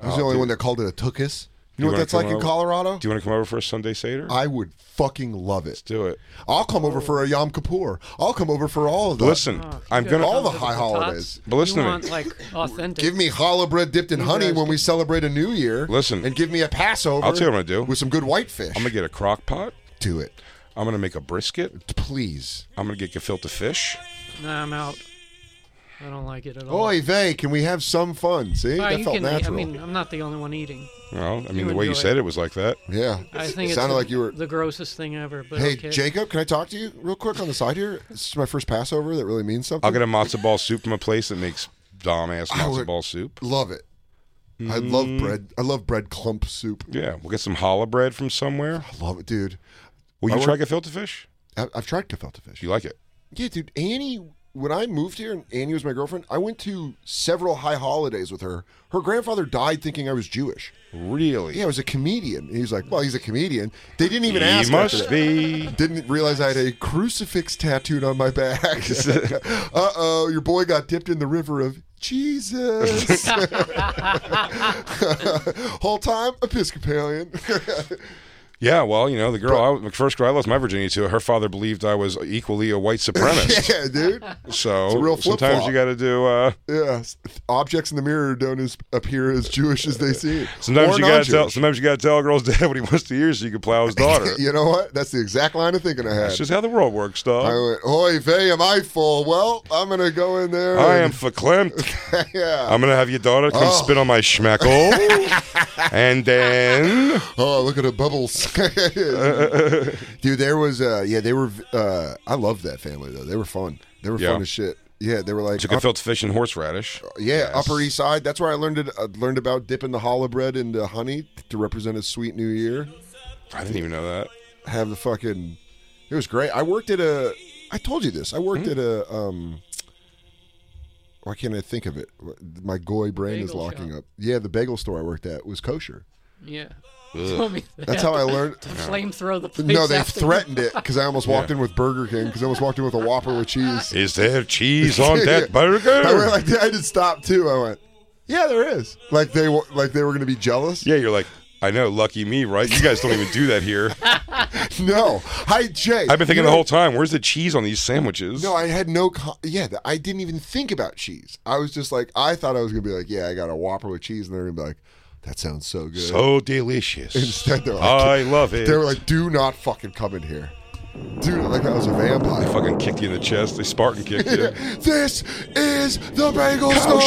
[SPEAKER 2] I was the only one that called it a tukus. Oh, You,
[SPEAKER 3] You
[SPEAKER 2] know what
[SPEAKER 3] wanna
[SPEAKER 2] that's like
[SPEAKER 3] come
[SPEAKER 2] in
[SPEAKER 3] over?
[SPEAKER 2] Colorado?
[SPEAKER 3] Do you want to come over for a Sunday Seder?
[SPEAKER 2] I would fucking love
[SPEAKER 3] Let's
[SPEAKER 2] it.
[SPEAKER 3] do it.
[SPEAKER 2] I'll come over for a Yom Kippur. I'll come over for all of that.
[SPEAKER 3] Oh. Listen,
[SPEAKER 5] Oh, if you
[SPEAKER 3] I'm
[SPEAKER 5] guys
[SPEAKER 3] gonna.
[SPEAKER 5] come
[SPEAKER 2] all the
[SPEAKER 5] to
[SPEAKER 2] high
[SPEAKER 5] Potts,
[SPEAKER 2] holidays.
[SPEAKER 3] But listen
[SPEAKER 5] you
[SPEAKER 3] to me.
[SPEAKER 5] want, like authentic.
[SPEAKER 2] Give me challah bread dipped in honey
[SPEAKER 5] guys
[SPEAKER 2] when we celebrate a new year.
[SPEAKER 3] Listen.
[SPEAKER 2] And give me a Passover.
[SPEAKER 3] I'll tell you what I'm gonna do.
[SPEAKER 2] With some good whitefish.
[SPEAKER 3] I'm gonna get a crock pot.
[SPEAKER 2] Do it.
[SPEAKER 3] I'm gonna make a brisket.
[SPEAKER 2] Please.
[SPEAKER 3] I'm gonna get gefilte fish.
[SPEAKER 5] Nah, I'm out. I don't like it at all.
[SPEAKER 2] Oy vey, can we have some fun? See?
[SPEAKER 5] Oh. Ah,
[SPEAKER 2] that
[SPEAKER 5] you
[SPEAKER 2] felt
[SPEAKER 5] can eat-
[SPEAKER 2] natural.
[SPEAKER 5] I mean, I'm not the only one eating.
[SPEAKER 3] Well, I mean,
[SPEAKER 5] You
[SPEAKER 3] the way you
[SPEAKER 5] enjoy
[SPEAKER 3] said
[SPEAKER 5] it.
[SPEAKER 3] it was like that.
[SPEAKER 2] yeah.
[SPEAKER 5] I think
[SPEAKER 2] it
[SPEAKER 5] it's
[SPEAKER 2] sounded
[SPEAKER 5] the-
[SPEAKER 2] like you were
[SPEAKER 5] the grossest thing ever. But
[SPEAKER 2] Hey
[SPEAKER 5] okay.
[SPEAKER 2] Jacob, can I talk to you real quick on the side here? This is my first Passover that really means something.
[SPEAKER 3] I'll get a matzo ball soup from a place that makes dom ass
[SPEAKER 2] I
[SPEAKER 3] matzo
[SPEAKER 2] would-
[SPEAKER 3] ball soup. Mm.
[SPEAKER 2] love it. I love bread. I love bread clump soup.
[SPEAKER 3] Yeah, we'll get some challah bread from somewhere.
[SPEAKER 2] I love it, dude.
[SPEAKER 3] Will
[SPEAKER 2] I
[SPEAKER 3] you
[SPEAKER 2] work-
[SPEAKER 3] try gefilte fish?
[SPEAKER 2] I, I've tried gefilte fish.
[SPEAKER 3] Do you like it?
[SPEAKER 2] Yeah, dude. Annie, when I moved here and Annie was my girlfriend, I went to several high holidays with her. Her grandfather died thinking I was Jewish.
[SPEAKER 3] Really?
[SPEAKER 2] Yeah, I was a comedian. He was like, "Well, he's a comedian." They didn't even
[SPEAKER 3] he
[SPEAKER 2] ask.
[SPEAKER 3] must
[SPEAKER 2] after that.
[SPEAKER 3] be.
[SPEAKER 2] Didn't realize I had a crucifix tattooed on my back. uh oh, your boy got dipped in the river of Jesus. Whole time Episcopalian.
[SPEAKER 3] Yeah, well, you know, the girl, I, was- the first girl I lost my virginity to, her father believed I was equally a white supremacist.
[SPEAKER 2] yeah, dude.
[SPEAKER 3] So
[SPEAKER 2] It's a real
[SPEAKER 3] sometimes
[SPEAKER 2] flip-flop.
[SPEAKER 3] you got to do. Uh,
[SPEAKER 2] Yeah, s- objects in the mirror don't as, appear as Jewish as they seem.
[SPEAKER 3] sometimes
[SPEAKER 2] Or
[SPEAKER 3] you got to tell.
[SPEAKER 2] non-Jewish.
[SPEAKER 3] Sometimes you got to tell a girl's dad what he wants to hear so you can plow his daughter.
[SPEAKER 2] You know what? That's the exact line of thinking I had.
[SPEAKER 3] That's just how the world works, dog.
[SPEAKER 2] I went, "Hoy vey, am I full?" Well, I'm gonna go in there.
[SPEAKER 3] I am
[SPEAKER 2] and-
[SPEAKER 3] verklempt.
[SPEAKER 2] yeah.
[SPEAKER 3] I'm gonna have your daughter come
[SPEAKER 2] Oh.
[SPEAKER 3] spit on my schmeckle, and then
[SPEAKER 2] Oh, look at the bubbles, dude. There was, uh, yeah, they were. Uh, I loved that family though. They were fun. They were
[SPEAKER 3] Yeah.
[SPEAKER 2] fun as shit. Yeah, they were like,
[SPEAKER 3] took a filch fish and horseradish.
[SPEAKER 2] yeah,
[SPEAKER 3] Yes.
[SPEAKER 2] Upper East Side. That's where I learned it. I learned about dipping the challah bread into honey to represent a sweet new year.
[SPEAKER 3] I didn't even know that.
[SPEAKER 2] Have the fucking. It was great. I worked at a. I told you this. I worked
[SPEAKER 3] Hmm?
[SPEAKER 2] at a. um Why can't I think of it? My goy brain is
[SPEAKER 5] Bagel
[SPEAKER 2] locking
[SPEAKER 5] shop.
[SPEAKER 2] up. Yeah, the bagel store I worked at was kosher.
[SPEAKER 5] Yeah. Tell me that.
[SPEAKER 2] That's how I learned.
[SPEAKER 5] To flamethrow the place.
[SPEAKER 2] No, they
[SPEAKER 5] after-
[SPEAKER 2] threatened it because I almost walked in with Burger King because I almost walked in with a Whopper with cheese.
[SPEAKER 3] Is there cheese on
[SPEAKER 2] Yeah.
[SPEAKER 3] that
[SPEAKER 2] I went
[SPEAKER 3] burger?
[SPEAKER 2] like I did stop too. I went, yeah, there is. Like they wa- like they were gonna be jealous.
[SPEAKER 3] Yeah, you're like, I know, lucky me, right? You guys don't even do that here.
[SPEAKER 2] No, hi Jay.
[SPEAKER 3] I've been thinking
[SPEAKER 2] You
[SPEAKER 3] the
[SPEAKER 2] know-
[SPEAKER 3] whole time, where's the cheese on these sandwiches?
[SPEAKER 2] No, I had no. Con- yeah, th- I didn't even think about cheese. I was just like, I thought I was gonna be like, yeah, I got a Whopper with cheese, and they're gonna be like, that sounds so good.
[SPEAKER 3] so delicious.
[SPEAKER 2] Instead, they're like-
[SPEAKER 3] I love it.
[SPEAKER 2] they were like, do not fucking come in here, dude. Like I was a vampire.
[SPEAKER 3] fucking kicked you in the chest. They Spartan kicked you.
[SPEAKER 2] This is the bagel store.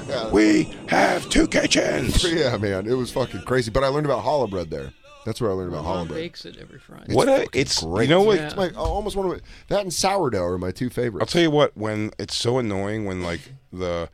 [SPEAKER 3] Kosher! we have two kitchens.
[SPEAKER 2] yeah, man, it was fucking crazy. But I learned about challah bread there. That's where I learned about
[SPEAKER 5] Mom
[SPEAKER 2] challah bread.
[SPEAKER 5] bakes it every Friday.
[SPEAKER 3] What a,
[SPEAKER 2] fucking
[SPEAKER 3] it's
[SPEAKER 2] great.
[SPEAKER 3] you know what?
[SPEAKER 5] Yeah.
[SPEAKER 2] It's my, I almost one of my, that and sourdough are my two
[SPEAKER 3] I'll
[SPEAKER 2] favorites.
[SPEAKER 3] tell you what. When it's so annoying when like the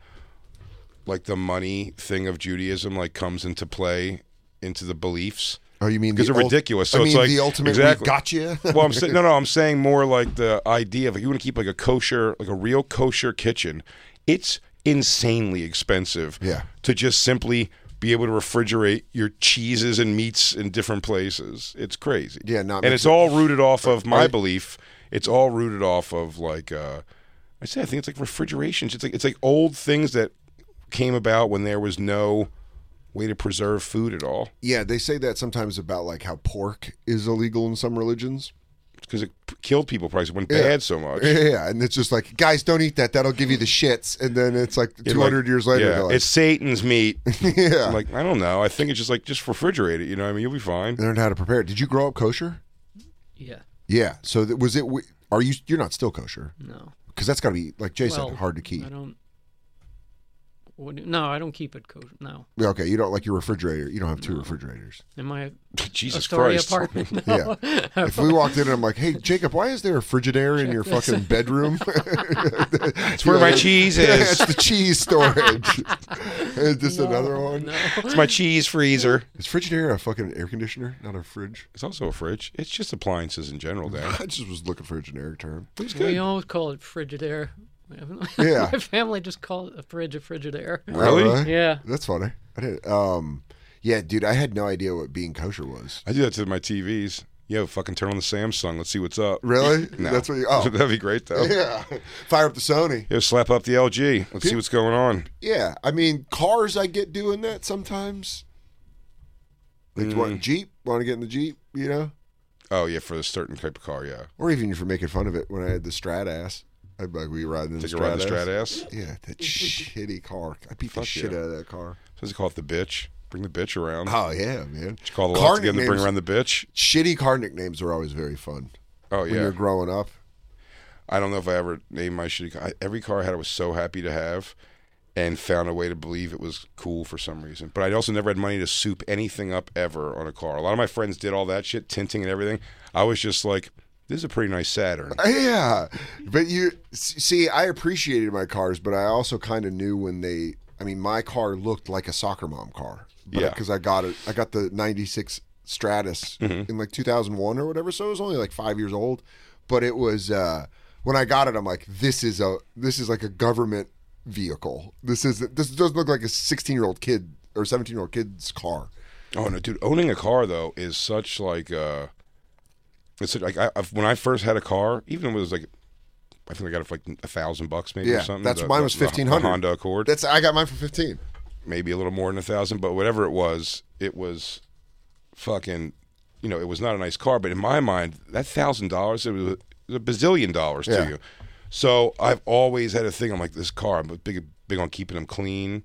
[SPEAKER 3] like the money thing of Judaism like comes into play into the beliefs.
[SPEAKER 2] oh, you mean
[SPEAKER 3] because
[SPEAKER 2] the
[SPEAKER 3] they're
[SPEAKER 2] ult-
[SPEAKER 3] ridiculous.
[SPEAKER 2] I
[SPEAKER 3] So
[SPEAKER 2] mean
[SPEAKER 3] it's like
[SPEAKER 2] the ultimate
[SPEAKER 3] exactly.
[SPEAKER 2] we gotcha.
[SPEAKER 3] well, I'm saying no, no. I'm saying more like the idea of like, you want to keep like a kosher, like a real kosher kitchen. It's insanely expensive.
[SPEAKER 2] Yeah.
[SPEAKER 3] To just simply be able to refrigerate your cheeses and meats in different places. It's crazy.
[SPEAKER 2] Yeah, not
[SPEAKER 3] and
[SPEAKER 2] mix
[SPEAKER 3] it's
[SPEAKER 2] it-
[SPEAKER 3] all rooted off of my
[SPEAKER 2] Right.
[SPEAKER 3] belief. It's all rooted off of like uh, I say. I think it's like refrigerations. It's like it's like old things that came about when there was no way to preserve food at all.
[SPEAKER 2] yeah, they say that sometimes about like how pork is illegal in some religions.
[SPEAKER 3] because it p- killed people. Probably 'cause it went
[SPEAKER 2] Yeah.
[SPEAKER 3] bad so much.
[SPEAKER 2] Yeah, and it's just like guys, don't eat that. That'll give you the shits. And then it's like 200
[SPEAKER 3] It, like-
[SPEAKER 2] years later,
[SPEAKER 3] yeah,
[SPEAKER 2] they're like,
[SPEAKER 3] it's Satan's meat.
[SPEAKER 2] yeah.
[SPEAKER 3] I'm like I don't know. I think it's just like just refrigerate it. You know, what I mean, you'll be fine.
[SPEAKER 2] learned how to prepare it. Did you grow up kosher?
[SPEAKER 5] Yeah.
[SPEAKER 2] Yeah. So that, was it? w- Are you? You're not still kosher
[SPEAKER 5] No.
[SPEAKER 2] because that's got to be like Jay
[SPEAKER 5] Well,
[SPEAKER 2] said, hard to keep.
[SPEAKER 5] I don't. What do- no, I don't keep it kosher. No.
[SPEAKER 2] Okay, you don't like your refrigerator. You don't have two refrigerators.
[SPEAKER 5] In my
[SPEAKER 3] Jesus
[SPEAKER 5] Astoria
[SPEAKER 3] Christ!
[SPEAKER 5] apartment. No.
[SPEAKER 2] Yeah. if we walked in and I'm like, "Hey, Jacob, why is there a Frigidaire in your fucking bedroom?"
[SPEAKER 3] It's where my cheese
[SPEAKER 2] It's
[SPEAKER 3] is.
[SPEAKER 2] the cheese storage. is this another one?
[SPEAKER 3] it's my cheese freezer.
[SPEAKER 2] Is Frigidaire a fucking air conditioner, not a fridge?
[SPEAKER 3] It's also a fridge. It's just appliances in general. Dan.
[SPEAKER 2] I just was looking for a generic term.
[SPEAKER 3] It's
[SPEAKER 5] We
[SPEAKER 3] good.
[SPEAKER 5] always call it Frigidaire.
[SPEAKER 2] Yeah.
[SPEAKER 5] My family just called a fridge a Frigidaire.
[SPEAKER 3] Really?
[SPEAKER 5] Yeah.
[SPEAKER 2] That's funny. I didn't. Um, yeah, dude, I had no idea what being kosher was.
[SPEAKER 3] I do that to my TVs. Yo, fucking turn on the Samsung. Let's see what's up.
[SPEAKER 2] Really?
[SPEAKER 3] No.
[SPEAKER 2] That's what you. Oh,
[SPEAKER 3] That'd be great though.
[SPEAKER 2] yeah. Fire up the Sony.
[SPEAKER 3] Yo, slap up the LG. Let's see what's going on.
[SPEAKER 2] Yeah, I mean, cars. I get doing that sometimes. Like,
[SPEAKER 3] Mm.
[SPEAKER 2] what Jeep? Want to get in the Jeep? You know,
[SPEAKER 3] Oh yeah, for a certain type of car. Yeah.
[SPEAKER 2] or even for making fun of it when I had the Strat ass. I'd be like, "We riding in the
[SPEAKER 3] Take
[SPEAKER 2] Strat,
[SPEAKER 3] a ride in the
[SPEAKER 2] ass?
[SPEAKER 3] Strat ass.
[SPEAKER 2] Yeah, that shitty car. I beat the
[SPEAKER 3] Fuck
[SPEAKER 2] shit
[SPEAKER 3] yeah.
[SPEAKER 2] out of that car.
[SPEAKER 3] Does it call it the bitch? Bring the bitch around.
[SPEAKER 2] Oh yeah, man.
[SPEAKER 3] Just call the
[SPEAKER 2] Car
[SPEAKER 3] lot together, bring
[SPEAKER 2] nicknames-
[SPEAKER 3] around the bitch.
[SPEAKER 2] Shitty car nicknames are always very fun
[SPEAKER 3] Oh
[SPEAKER 2] when
[SPEAKER 3] yeah.
[SPEAKER 2] you're growing up.
[SPEAKER 3] I don't know if I ever named my shitty car. I- Every car I had, I was so happy to have, and found a way to believe it was cool for some reason. But I also never had money to soup anything up ever on a car. A lot of my friends did all that shit, tinting and everything. I was just like, this is a pretty nice Saturn.
[SPEAKER 2] Yeah, but you s- see, I appreciated my cars, but I also kind of knew when they. I mean, my car looked like a soccer mom car. But
[SPEAKER 3] Yeah.
[SPEAKER 2] because I got it. I got the '96 Stratus
[SPEAKER 3] Mm-hmm.
[SPEAKER 2] in like 2001 or whatever, so it was only like five years old. But it was uh, when I got it, I'm like, this is a this is like a government vehicle. This is this doesn't look like a 16 year old kid or 17 year old kid's car.
[SPEAKER 3] Oh no, dude! Owning a car though is such like uh, it's such, like I, I've- when I first had a car, even if it was like, I think I got it for like a thousand bucks maybe or
[SPEAKER 2] Yeah,
[SPEAKER 3] something.
[SPEAKER 2] that's
[SPEAKER 3] The-
[SPEAKER 2] mine
[SPEAKER 3] the-
[SPEAKER 2] was
[SPEAKER 3] the
[SPEAKER 2] 1500.
[SPEAKER 3] Honda Accord.
[SPEAKER 2] That's I got mine for 15.
[SPEAKER 3] maybe a little more than a thousand, but whatever it was, it was fucking you know, it was not a nice car, but in my mind, that thousand dollars, it was a bazillion dollars
[SPEAKER 2] Yeah.
[SPEAKER 3] to you. So I've always had a thing. I'm like, this car, I'm big, big on keeping them clean,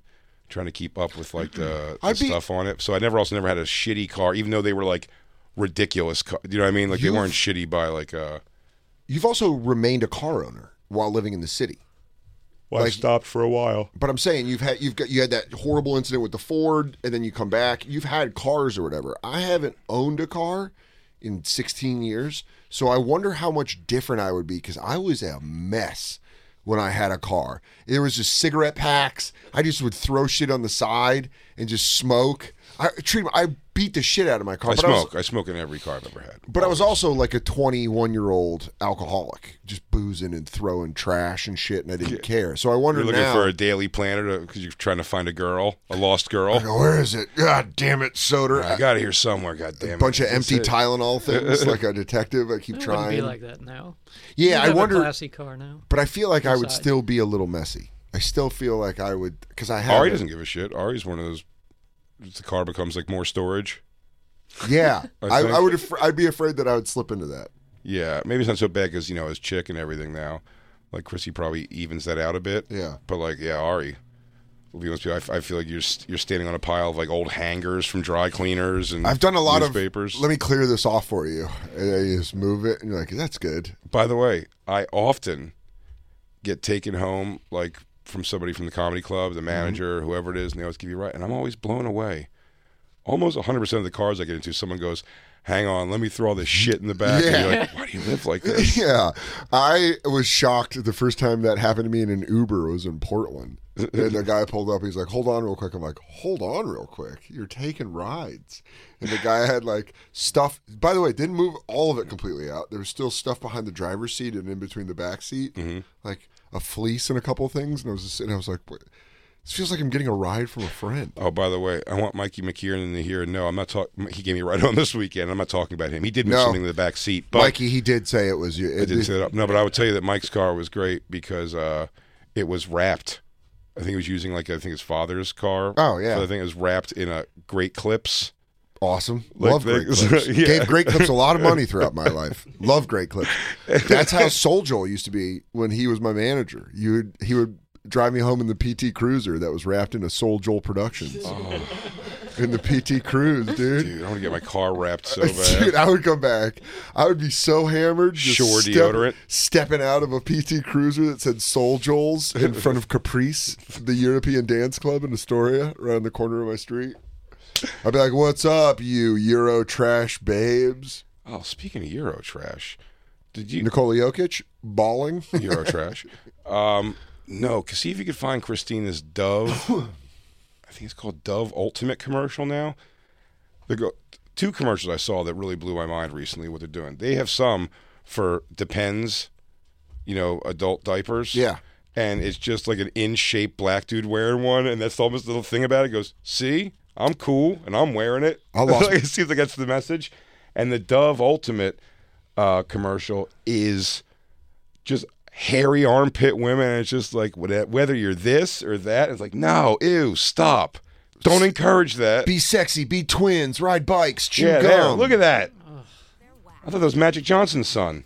[SPEAKER 3] trying to keep up with like the, the
[SPEAKER 2] I'd be-
[SPEAKER 3] stuff on it. So I never also never had a shitty car, even though they were like ridiculous. Car, you know what I mean? Like they
[SPEAKER 2] You've-
[SPEAKER 3] weren't shitty by like uh,
[SPEAKER 2] You've also remained a car owner while living in the city.
[SPEAKER 3] well,
[SPEAKER 2] Like-
[SPEAKER 3] stopped for a while.
[SPEAKER 2] But I'm saying you've had you've got you had that horrible incident with the Ford, and then you come back. You've had cars or whatever. I haven't owned a car in 16 years, so I wonder how much different I would be because I was a mess when I had a car. There was just cigarette packs. I just would throw shit on the side and just smoke. I treat. I beat the shit out of my car.
[SPEAKER 3] I
[SPEAKER 2] but was-
[SPEAKER 3] smoke. I smoke in every car I've ever had.
[SPEAKER 2] but I was also like a 21 year old alcoholic, just boozing and throwing trash and shit, and I didn't care. So I wonder
[SPEAKER 3] You're looking
[SPEAKER 2] now.
[SPEAKER 3] for a daily planner because you're trying to find a girl, a lost girl.
[SPEAKER 2] I go, Where is it? God damn it, Soder.
[SPEAKER 3] I got it here somewhere. God damn
[SPEAKER 2] a
[SPEAKER 3] it.
[SPEAKER 2] bunch of
[SPEAKER 3] That's
[SPEAKER 2] empty
[SPEAKER 3] it.
[SPEAKER 2] Tylenol things, like a detective. I keep
[SPEAKER 5] It wouldn't
[SPEAKER 2] trying.
[SPEAKER 5] be like that now. You'd
[SPEAKER 2] yeah, I
[SPEAKER 5] have
[SPEAKER 2] wonder.
[SPEAKER 5] A classy car now.
[SPEAKER 2] but I feel like I would
[SPEAKER 5] Inside.
[SPEAKER 2] still be a little messy. I still feel like I would because I have.
[SPEAKER 3] Ari doesn't give a shit. Ari's one of those. The car becomes like more storage.
[SPEAKER 2] Yeah,
[SPEAKER 3] I
[SPEAKER 2] I,
[SPEAKER 3] think.
[SPEAKER 2] I would. Af- I'd be afraid that I would slip into that.
[SPEAKER 3] Yeah, maybe it's not so bad because you know his chick and everything now. Like Chrissy probably evens that out a bit.
[SPEAKER 2] Yeah.
[SPEAKER 3] but like yeah, Ari. Will be honest with you, I, f- I feel like you're st- you're standing on a pile of like old hangers from dry cleaners and
[SPEAKER 2] I've done a lot
[SPEAKER 3] newspapers.
[SPEAKER 2] of. Let me clear this off for you. And I just move it, and you're like, "That's good."
[SPEAKER 3] By the way, I often get taken home like from somebody from the comedy club, the
[SPEAKER 2] Mm-hmm.
[SPEAKER 3] manager, whoever it is, and they always give you a ride, and I'm always blown away. Almost 100 percent of the cars I get into, someone goes, "Hang on, let me throw all this shit in the back." And you're like, "Why do you live like this?"
[SPEAKER 2] yeah, I was shocked the first time that happened to me in an Uber. It was in Portland, and the guy pulled up. He's like, "Hold on, real quick." I'm like, "Hold on, real quick. You're taking rides." And the guy had like stuff. By the way, didn't move all of it completely out. There was still stuff behind the driver's seat and in between the back seat, like a fleece and a couple things. And I was just, and I was like, what? "This feels like I'm getting a ride from a friend."
[SPEAKER 3] Oh, by the way, I want Mikey McKiernan to hear. No, I'm not talking. He gave me a ride on this weekend. I'm not talking about him. He did miss
[SPEAKER 2] No.
[SPEAKER 3] something in the back seat, but
[SPEAKER 2] Mikey, he did say it was you.
[SPEAKER 3] I didn't set it up. No, but I would tell you that Mike's car was great because uh, it was wrapped. I think he was using like I think his father's car.
[SPEAKER 2] Oh, yeah.
[SPEAKER 3] So I think it was wrapped in a great clips.
[SPEAKER 2] Awesome.
[SPEAKER 3] Like
[SPEAKER 2] Love great
[SPEAKER 3] things-
[SPEAKER 2] clips.
[SPEAKER 3] yeah.
[SPEAKER 2] Gave great clips a lot of money throughout my life. Love great clips. That's how Soul Joel used to be when he was my manager. You would, he would drive me home in the PT Cruiser that was wrapped in a Soul Joel Productions.
[SPEAKER 3] Oh.
[SPEAKER 2] In the PT Cruise, dude.
[SPEAKER 3] Dude, I want to get my car wrapped so
[SPEAKER 2] Dude,
[SPEAKER 3] bad.
[SPEAKER 2] I would come back. I would be so hammered. Just
[SPEAKER 3] Sure deodorant.
[SPEAKER 2] Stepping out of a PT Cruiser that said Soul Joel's in front of Caprice, the European dance club in Astoria, around the corner of my street. I'd be like, "What's up, you Euro trash babes?"
[SPEAKER 3] Oh, speaking of Euro trash, did you
[SPEAKER 2] Nikola Jokic bawling.
[SPEAKER 3] Euro trash? Um, no, 'cause see if you could find Christina's Dove. I think it's called Dove Ultimate commercial now. They go two commercials I saw that really blew my mind recently. What they're doing, they have some for Depends, you know, adult diapers.
[SPEAKER 2] Yeah.
[SPEAKER 3] and it's just like an in-shape black dude wearing one, and that's almost the little thing about it. it goes, see, I'm cool, and I'm wearing it.
[SPEAKER 2] I lost-
[SPEAKER 3] it seems like that's the message. And the Dove Ultimate uh, commercial is just hairy armpit women. And it's just like whate- whether you're this or that. It's like no, ew, stop. Don't encourage that.
[SPEAKER 2] be sexy, be twins, ride bikes, chew
[SPEAKER 3] yeah,
[SPEAKER 2] gum.
[SPEAKER 3] there. Look at that. I thought that was Magic Johnson's son.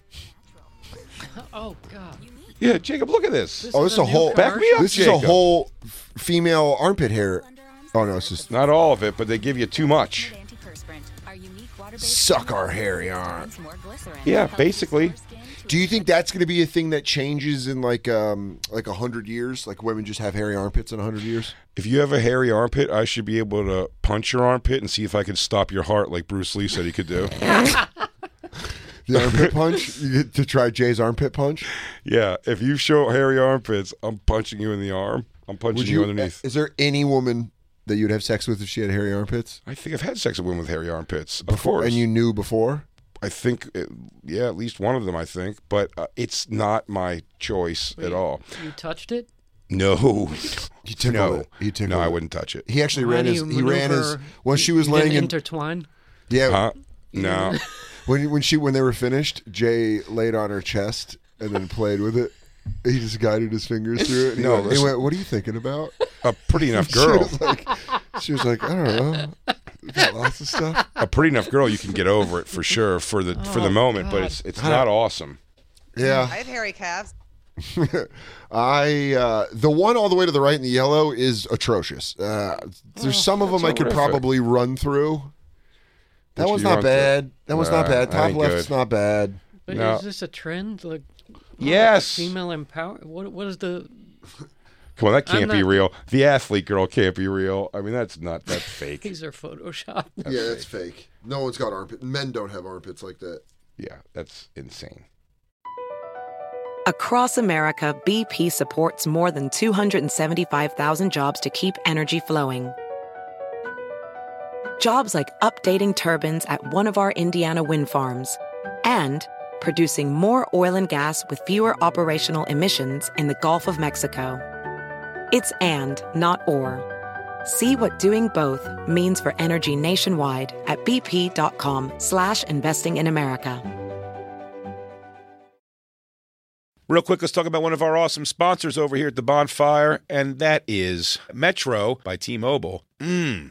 [SPEAKER 5] Oh God.
[SPEAKER 3] Yeah, Jacob, look at this.
[SPEAKER 2] Oh, this is a whole.
[SPEAKER 3] Back me up,
[SPEAKER 2] This is
[SPEAKER 3] Jacob.
[SPEAKER 2] a whole f- female armpit hair. Oh no, it's just
[SPEAKER 3] Not all of it, but they give you too much.
[SPEAKER 2] suck our hairy arm.
[SPEAKER 3] Yeah, basically.
[SPEAKER 2] Do you think that's going to be a thing that changes in like um like a hundred years? Like women just have hairy armpits in a hundred years?
[SPEAKER 3] If you have a hairy armpit, I should be able to punch your armpit and see if I could stop your heart like Bruce Lee said he could do.
[SPEAKER 2] The armpit punch You get to try Jay's armpit punch.
[SPEAKER 3] yeah, if you show hairy armpits, I'm punching you in the arm. I'm punching you, underneath.
[SPEAKER 2] Is there any woman that you'd have sex with if she had hairy armpits?
[SPEAKER 3] I think I've had sex with women with hairy armpits. Of course.
[SPEAKER 2] And you knew before?
[SPEAKER 3] I think, it, yeah, at least one of them, I think. But uh, it's not my choice at all.
[SPEAKER 5] You touched it.
[SPEAKER 3] No.
[SPEAKER 2] You tickled
[SPEAKER 3] no.
[SPEAKER 2] it. You tickled
[SPEAKER 3] no, I
[SPEAKER 2] it.
[SPEAKER 3] wouldn't touch it.
[SPEAKER 2] He actually
[SPEAKER 5] How
[SPEAKER 2] ran
[SPEAKER 5] do
[SPEAKER 2] his.
[SPEAKER 5] you
[SPEAKER 2] He ran his.
[SPEAKER 5] maneuver-
[SPEAKER 2] When she was
[SPEAKER 5] You didn't
[SPEAKER 2] laying in,
[SPEAKER 5] intertwine.
[SPEAKER 2] yeah.
[SPEAKER 3] Huh? Uh-huh. No.
[SPEAKER 2] When when she when they were finished, Jay laid on her chest and then played with it. He just guided his fingers through it. And
[SPEAKER 3] No,
[SPEAKER 2] he, went, he
[SPEAKER 3] listen.
[SPEAKER 2] went, "What are you thinking about?"
[SPEAKER 3] A pretty enough girl.
[SPEAKER 2] She was like, she was like, "I don't know." got lots of stuff.
[SPEAKER 3] a pretty enough girl, you can get over it for sure for the for
[SPEAKER 5] Oh,
[SPEAKER 3] the moment, but it's it's not awesome.
[SPEAKER 2] Yeah.
[SPEAKER 11] I have hairy calves.
[SPEAKER 2] I uh, the one all the way to the right in the yellow is atrocious. Uh, there's some of them I could
[SPEAKER 3] horrific.
[SPEAKER 2] probably run through. That
[SPEAKER 3] Which
[SPEAKER 2] one's
[SPEAKER 3] you
[SPEAKER 2] not
[SPEAKER 3] run through.
[SPEAKER 2] bad. That one's not
[SPEAKER 3] Nah,
[SPEAKER 2] bad.
[SPEAKER 3] that
[SPEAKER 2] Top
[SPEAKER 3] ain't
[SPEAKER 2] left
[SPEAKER 3] good.
[SPEAKER 2] is not bad.
[SPEAKER 5] But
[SPEAKER 3] No.
[SPEAKER 5] is this a trend? Like, oh,
[SPEAKER 3] Yes.
[SPEAKER 5] female empower. What what is the?
[SPEAKER 3] Come on, that
[SPEAKER 5] I'm
[SPEAKER 3] can't be
[SPEAKER 5] not-
[SPEAKER 3] real. The athlete girl can't be real. I mean, that's not that's fake.
[SPEAKER 5] These are Photoshop.
[SPEAKER 2] yeah, that's fake. No one's got armpit. Men don't have armpits like that.
[SPEAKER 3] Yeah, that's insane.
[SPEAKER 12] Across America, BP supports more than 275,000 jobs to keep energy flowing. Jobs like updating turbines at one of our Indiana wind farms and producing more oil and gas with fewer operational emissions in the Gulf of Mexico. It's and, not or. See what doing both means for energy nationwide at bp.com slash investing in America.
[SPEAKER 3] Real quick, let's talk about one of our awesome sponsors over here at the bonfire, and that is Metro by T Mobile. Mmm.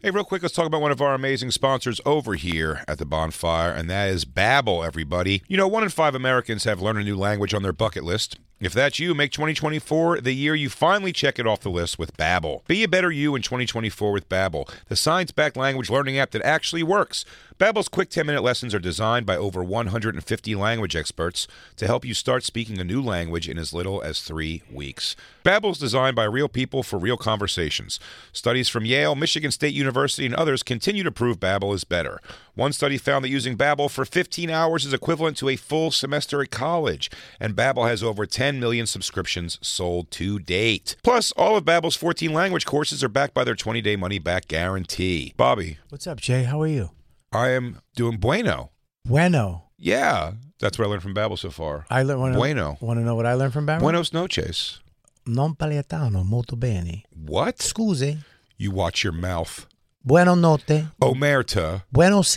[SPEAKER 3] Hey, real quick, let's talk about one of our amazing sponsors over here at the bonfire, and that is Babbel, everybody. You know, one in five Americans have learned a new language on their bucket list. If that's you, make 2024 the year you finally check it off the list with Babbel. Be a better you in 2024 with Babbel, the science-backed language learning app that actually works. Babbel's quick 10-minute lessons are designed by over 150 language experts to help you start speaking a new language in as little as 3 weeks. Babbel's designed by real people for real conversations. Studies from Yale, Michigan State University, and others continue to prove Babbel is better. One study found that using Babbel for 15 hours is equivalent to a full semester at college, and Babbel has over 10 million subscriptions sold to date. Plus, all of Babbel's 14 language courses are backed by their 20-day money-back guarantee. Bobby,
[SPEAKER 1] What's up, Jay? How are you?
[SPEAKER 3] I am doing bueno.
[SPEAKER 1] Bueno.
[SPEAKER 13] Yeah, that's what I learned from Babel so far.
[SPEAKER 1] I learned. Wanna,
[SPEAKER 13] Bueno.
[SPEAKER 1] Want to know what I learned from Barry?
[SPEAKER 13] Buenos noches.
[SPEAKER 1] Non paletano molto bene.
[SPEAKER 13] What?
[SPEAKER 1] Scusi.
[SPEAKER 13] You watch your mouth.
[SPEAKER 1] Buenos notte.
[SPEAKER 13] Omerta,
[SPEAKER 1] Buenos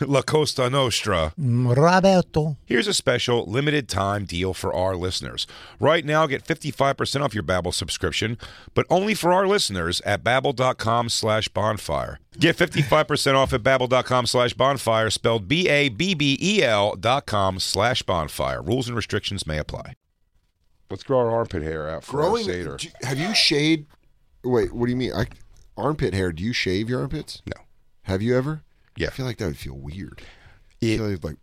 [SPEAKER 13] La Costa Nostra.
[SPEAKER 1] mm, Roberto.
[SPEAKER 13] Here's a special limited time deal for our listeners. Right now, get 55% off your Babbel subscription, but only for our listeners at babbel.com slash bonfire. Get 55% off at babbel.com slash bonfire, spelled B-A-B-B-E-L E dot com slash bonfire. Rules and restrictions may apply. Let's grow our armpit hair out for our
[SPEAKER 2] Growing.
[SPEAKER 13] Seder.
[SPEAKER 2] do- Have you shaved? Wait, what do you mean? I, armpit hair. Do you shave your armpits?
[SPEAKER 13] No.
[SPEAKER 2] Have you ever?
[SPEAKER 13] Yeah.
[SPEAKER 2] I feel like that would feel weird. I
[SPEAKER 13] It-
[SPEAKER 2] feel like, like